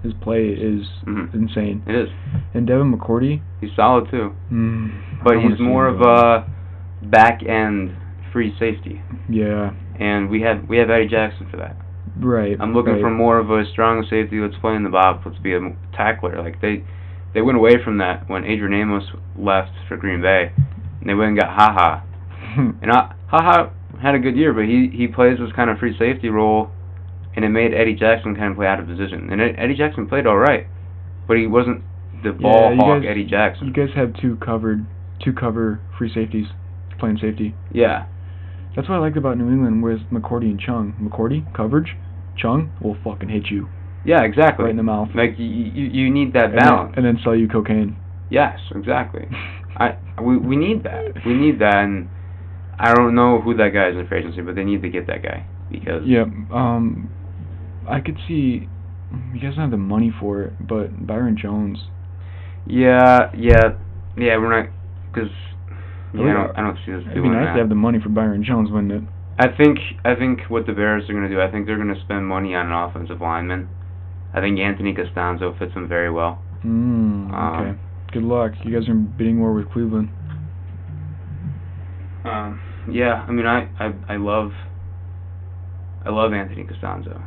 S2: his play is
S1: Mhm.
S2: insane.
S1: It is.
S2: And Devin McCourty,
S1: He's solid too,
S2: mm, I
S1: but
S2: wanna
S1: he's
S2: see him
S1: more of
S2: go.
S1: a back end free safety,
S2: yeah,
S1: and we have we have Eddie Jackson for that.
S2: right.
S1: I'm looking
S2: right.
S1: for more of a strong safety. Let's play in the box. Let's be a m- tackler. Like they, they went away from that when Adrian Amos left for Green Bay, and they went and got Haha. And Ha Haha had a good year, but he he plays this kind of free safety role, and it made Eddie Jackson kind of play out of position. And Ed- Eddie Jackson played all right, but he wasn't the ball
S2: you
S1: hawk
S2: guys-
S1: Eddie
S2: you
S1: Jackson.
S2: guys have two covered, two cover free safeties playing safety.
S1: Yeah,
S2: That's what I liked about New England with McCourty and Chung. McCourty coverage, Chung will fucking hit you
S1: yeah, exactly.
S2: right in the mouth.
S1: Like you, you you need that
S2: And then-
S1: balance.
S2: And then sell you cocaine.
S1: Yes, exactly. I we we need that. We need that, and I don't know who that guy is in free agency, but they need to get that guy because
S2: Yeah. Um, I could see. You guys don't have the money for it, but Byron Jones.
S1: yeah, yeah, yeah, we're not because yeah, I
S2: Yeah.
S1: don't I don't see us
S2: It'd be
S1: doing
S2: nice to
S1: that.
S2: have the money for Byron Jones, wouldn't it?
S1: I think I think what the Bears are gonna do, I think they're gonna spend money on an offensive lineman. I think Anthony Costanzo fits him very well. Um,
S2: Mm, okay. Good luck. You guys are in bidding war with Cleveland.
S1: Um, yeah, I mean, I, I I love I love Anthony Costanzo.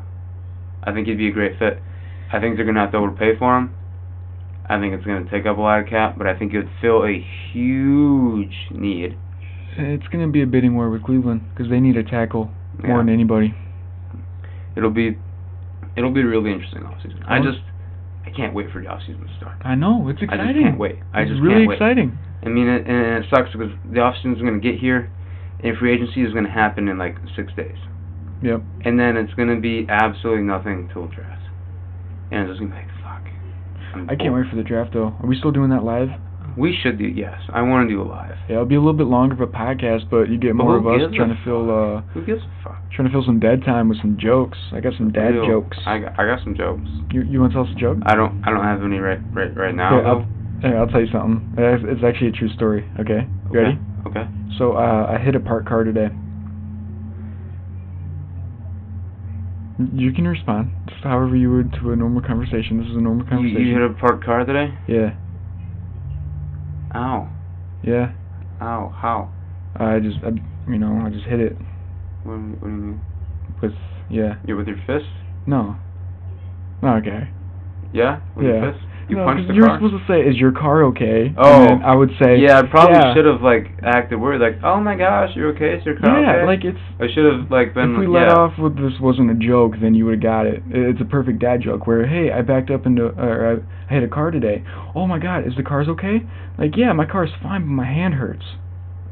S1: I think he'd be a great fit. I think they're gonna have to overpay for him, I think it's going to take up a lot of cap, but I think it would fill a huge need.
S2: It's going to be a bidding war with Cleveland because they need a tackle
S1: Yeah.
S2: more than anybody.
S1: It'll be, it'll be really interesting offseason. I
S2: Well-
S1: just, I can't wait for the offseason to start.
S2: I know it's exciting.
S1: I just can't wait. I
S2: it's
S1: just
S2: really
S1: can't wait.
S2: exciting.
S1: I mean, it, and it sucks because the offseason is going to get here, and free agency is going to happen in like six days,
S2: Yep.
S1: and then it's going to be absolutely nothing till draft, and it's just going to be like fuck. I'm
S2: I can't wait for the draft though. Are we still doing that live?
S1: bored. We should do yes. I want to do a live.
S2: Yeah, it'll be a little bit longer of a podcast, but you get
S1: But
S2: more of
S1: who
S2: us
S1: gives Oh, a
S2: trying to fill uh
S1: Who gives a fuck?
S2: trying to fill some dead time with some jokes. I got some dad
S1: Real-
S2: jokes.
S1: I got, I got some jokes.
S2: you you want to tell us a joke?
S1: I don't I don't have any right right right now.
S2: Okay,
S1: though.
S2: I'll, here, I'll tell you something. Uh, It's it's actually a true story. Okay, you ready?
S1: Okay. okay.
S2: So uh, I hit a parked car today. You can respond just however you would to a normal conversation. This is a normal
S1: You,
S2: conversation.
S1: you hit a parked car today?
S2: yeah,
S1: Ow.
S2: yeah.
S1: Ow. How?
S2: I just, I, you know, I just hit it
S1: What, do you- what do you mean?
S2: with, yeah.
S1: You with your fist?
S2: No. No, okay.
S1: Yeah? With
S2: Yeah.
S1: your fist? You
S2: no,
S1: punched
S2: 'cause
S1: the
S2: you were
S1: car?
S2: supposed to say, "Is your car okay?"
S1: Oh.
S2: And then I would say,
S1: yeah, I probably
S2: yeah.
S1: should have like acted worried, like, oh my gosh, you're okay, it's your car.
S2: Yeah,
S1: okay?
S2: like it's
S1: I should have like been.
S2: if we
S1: yeah.
S2: let off with this wasn't a joke, then you would have got it. I- It's a perfect dad joke where, hey, I backed up into, or I, I hit a car today. Oh my God, is the car's okay? Like, yeah, my car's fine, but my hand hurts.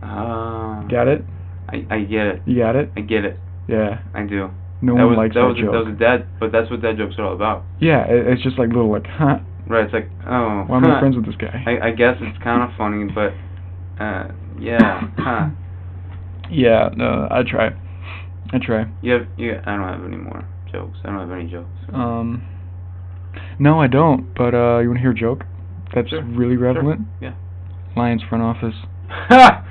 S1: Ah.
S2: Got it?
S1: I I get it.
S2: You got it?
S1: I get it.
S2: Yeah.
S1: I do.
S2: No
S1: that
S2: one
S1: was
S2: likes
S1: that
S2: that,
S1: was
S2: joke.
S1: that was a dad, but that's what dad jokes are all about,
S2: yeah, it, it's just like little like, huh?
S1: right? It's like oh.
S2: Why am I friends with this guy?
S1: I I guess it's kind of funny, but uh, yeah, huh?
S2: yeah, no, I try. I try.
S1: You have you? I don't have any more jokes. I don't have any jokes.
S2: Um. No, I don't. But uh, you want to hear a joke? That's
S1: Sure,
S2: really relevant.
S1: yeah.
S2: Lions front office.
S1: that's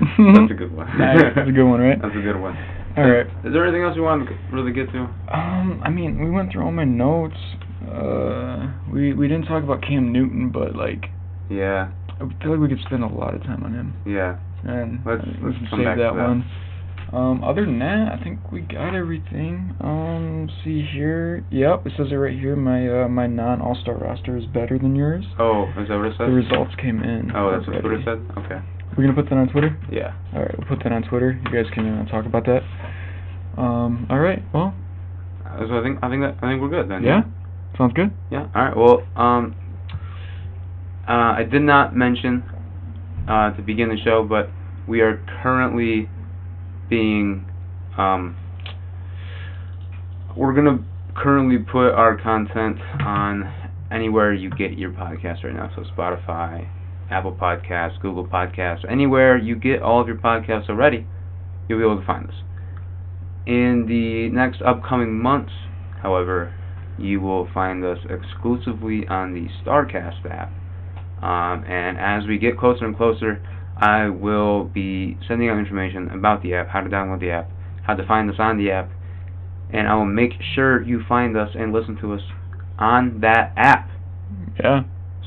S1: a good one.
S2: Nice, that's a good one, right?
S1: That's a good one.
S2: All right.
S1: Is there anything else you want to really get to?
S2: Um, I mean, we went through all my notes. Uh, we we didn't talk about Cam Newton, but like,
S1: Yeah,
S2: I feel like we could spend a lot of time on him,
S1: yeah.
S2: and I
S1: Let's-
S2: think we
S1: let's
S2: should
S1: come
S2: save
S1: back to
S2: that,
S1: that.
S2: one. Um, other than that, I think we got everything. Um, let's see here. Yep, it says it right here. My uh, my non All Star roster is better than yours.
S1: Oh, is that what it
S2: The
S1: says?
S2: results came in.
S1: Oh, that's what Twitter
S2: already.
S1: said. Okay.
S2: We're gonna put that on Twitter.
S1: Yeah.
S2: All right, we'll put that on Twitter. You guys can uh, talk about that. Um, all right. Well,
S1: Uh, So I think I think that I think we're good then.
S2: yeah, sounds good.
S1: Yeah. All right. Well, um, uh, I did not mention uh, to begin the show, but we are currently being um, we're gonna currently put our content on anywhere you get your podcast right now. So Spotify, Apple Podcasts, Google Podcasts, anywhere you get all of your podcasts already, you'll be able to find us. In the next upcoming months, however, you will find us exclusively on the Starcast app. Um, and as we get closer and closer, I will be sending out information about the app, how to download the app, how to find us on the app, and I will make sure you find us and listen to us on that app.
S2: Yeah,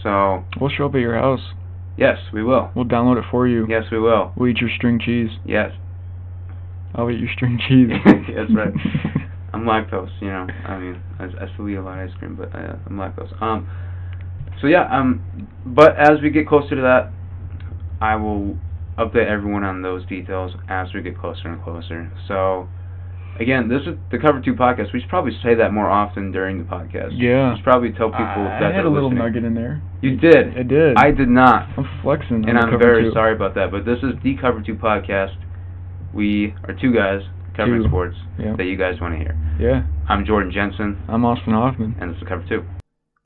S1: So,
S2: we'll show up at your house.
S1: yes, we will.
S2: We'll download it for you.
S1: Yes, we will.
S2: We'll eat your string cheese.
S1: Yes.
S2: I'll eat your string cheese.
S1: That's right. I'm lactose, you know. I mean, I, I still eat a lot of ice cream, but uh, I'm lactose. Um, so yeah. Um, but as we get closer to that, I will update everyone on those details as we get closer and closer. So, again, this is the Cover Two podcast. We should probably say that more often during the podcast.
S2: yeah.
S1: We should probably tell people
S2: I
S1: that
S2: had
S1: they're
S2: a little
S1: listening.
S2: nugget in there.
S1: You did.
S2: I did.
S1: I did not,
S2: I'm flexing. on
S1: and
S2: the
S1: I'm
S2: cover
S1: very
S2: too.
S1: sorry about that. But this is the Cover Two podcast. We are two guys covering
S2: Two.
S1: sports
S2: Yeah.
S1: that you guys want to hear.
S2: Yeah.
S1: I'm Jordan Jensen,
S2: I'm Austin Hoffman.
S1: and this is Cover Two.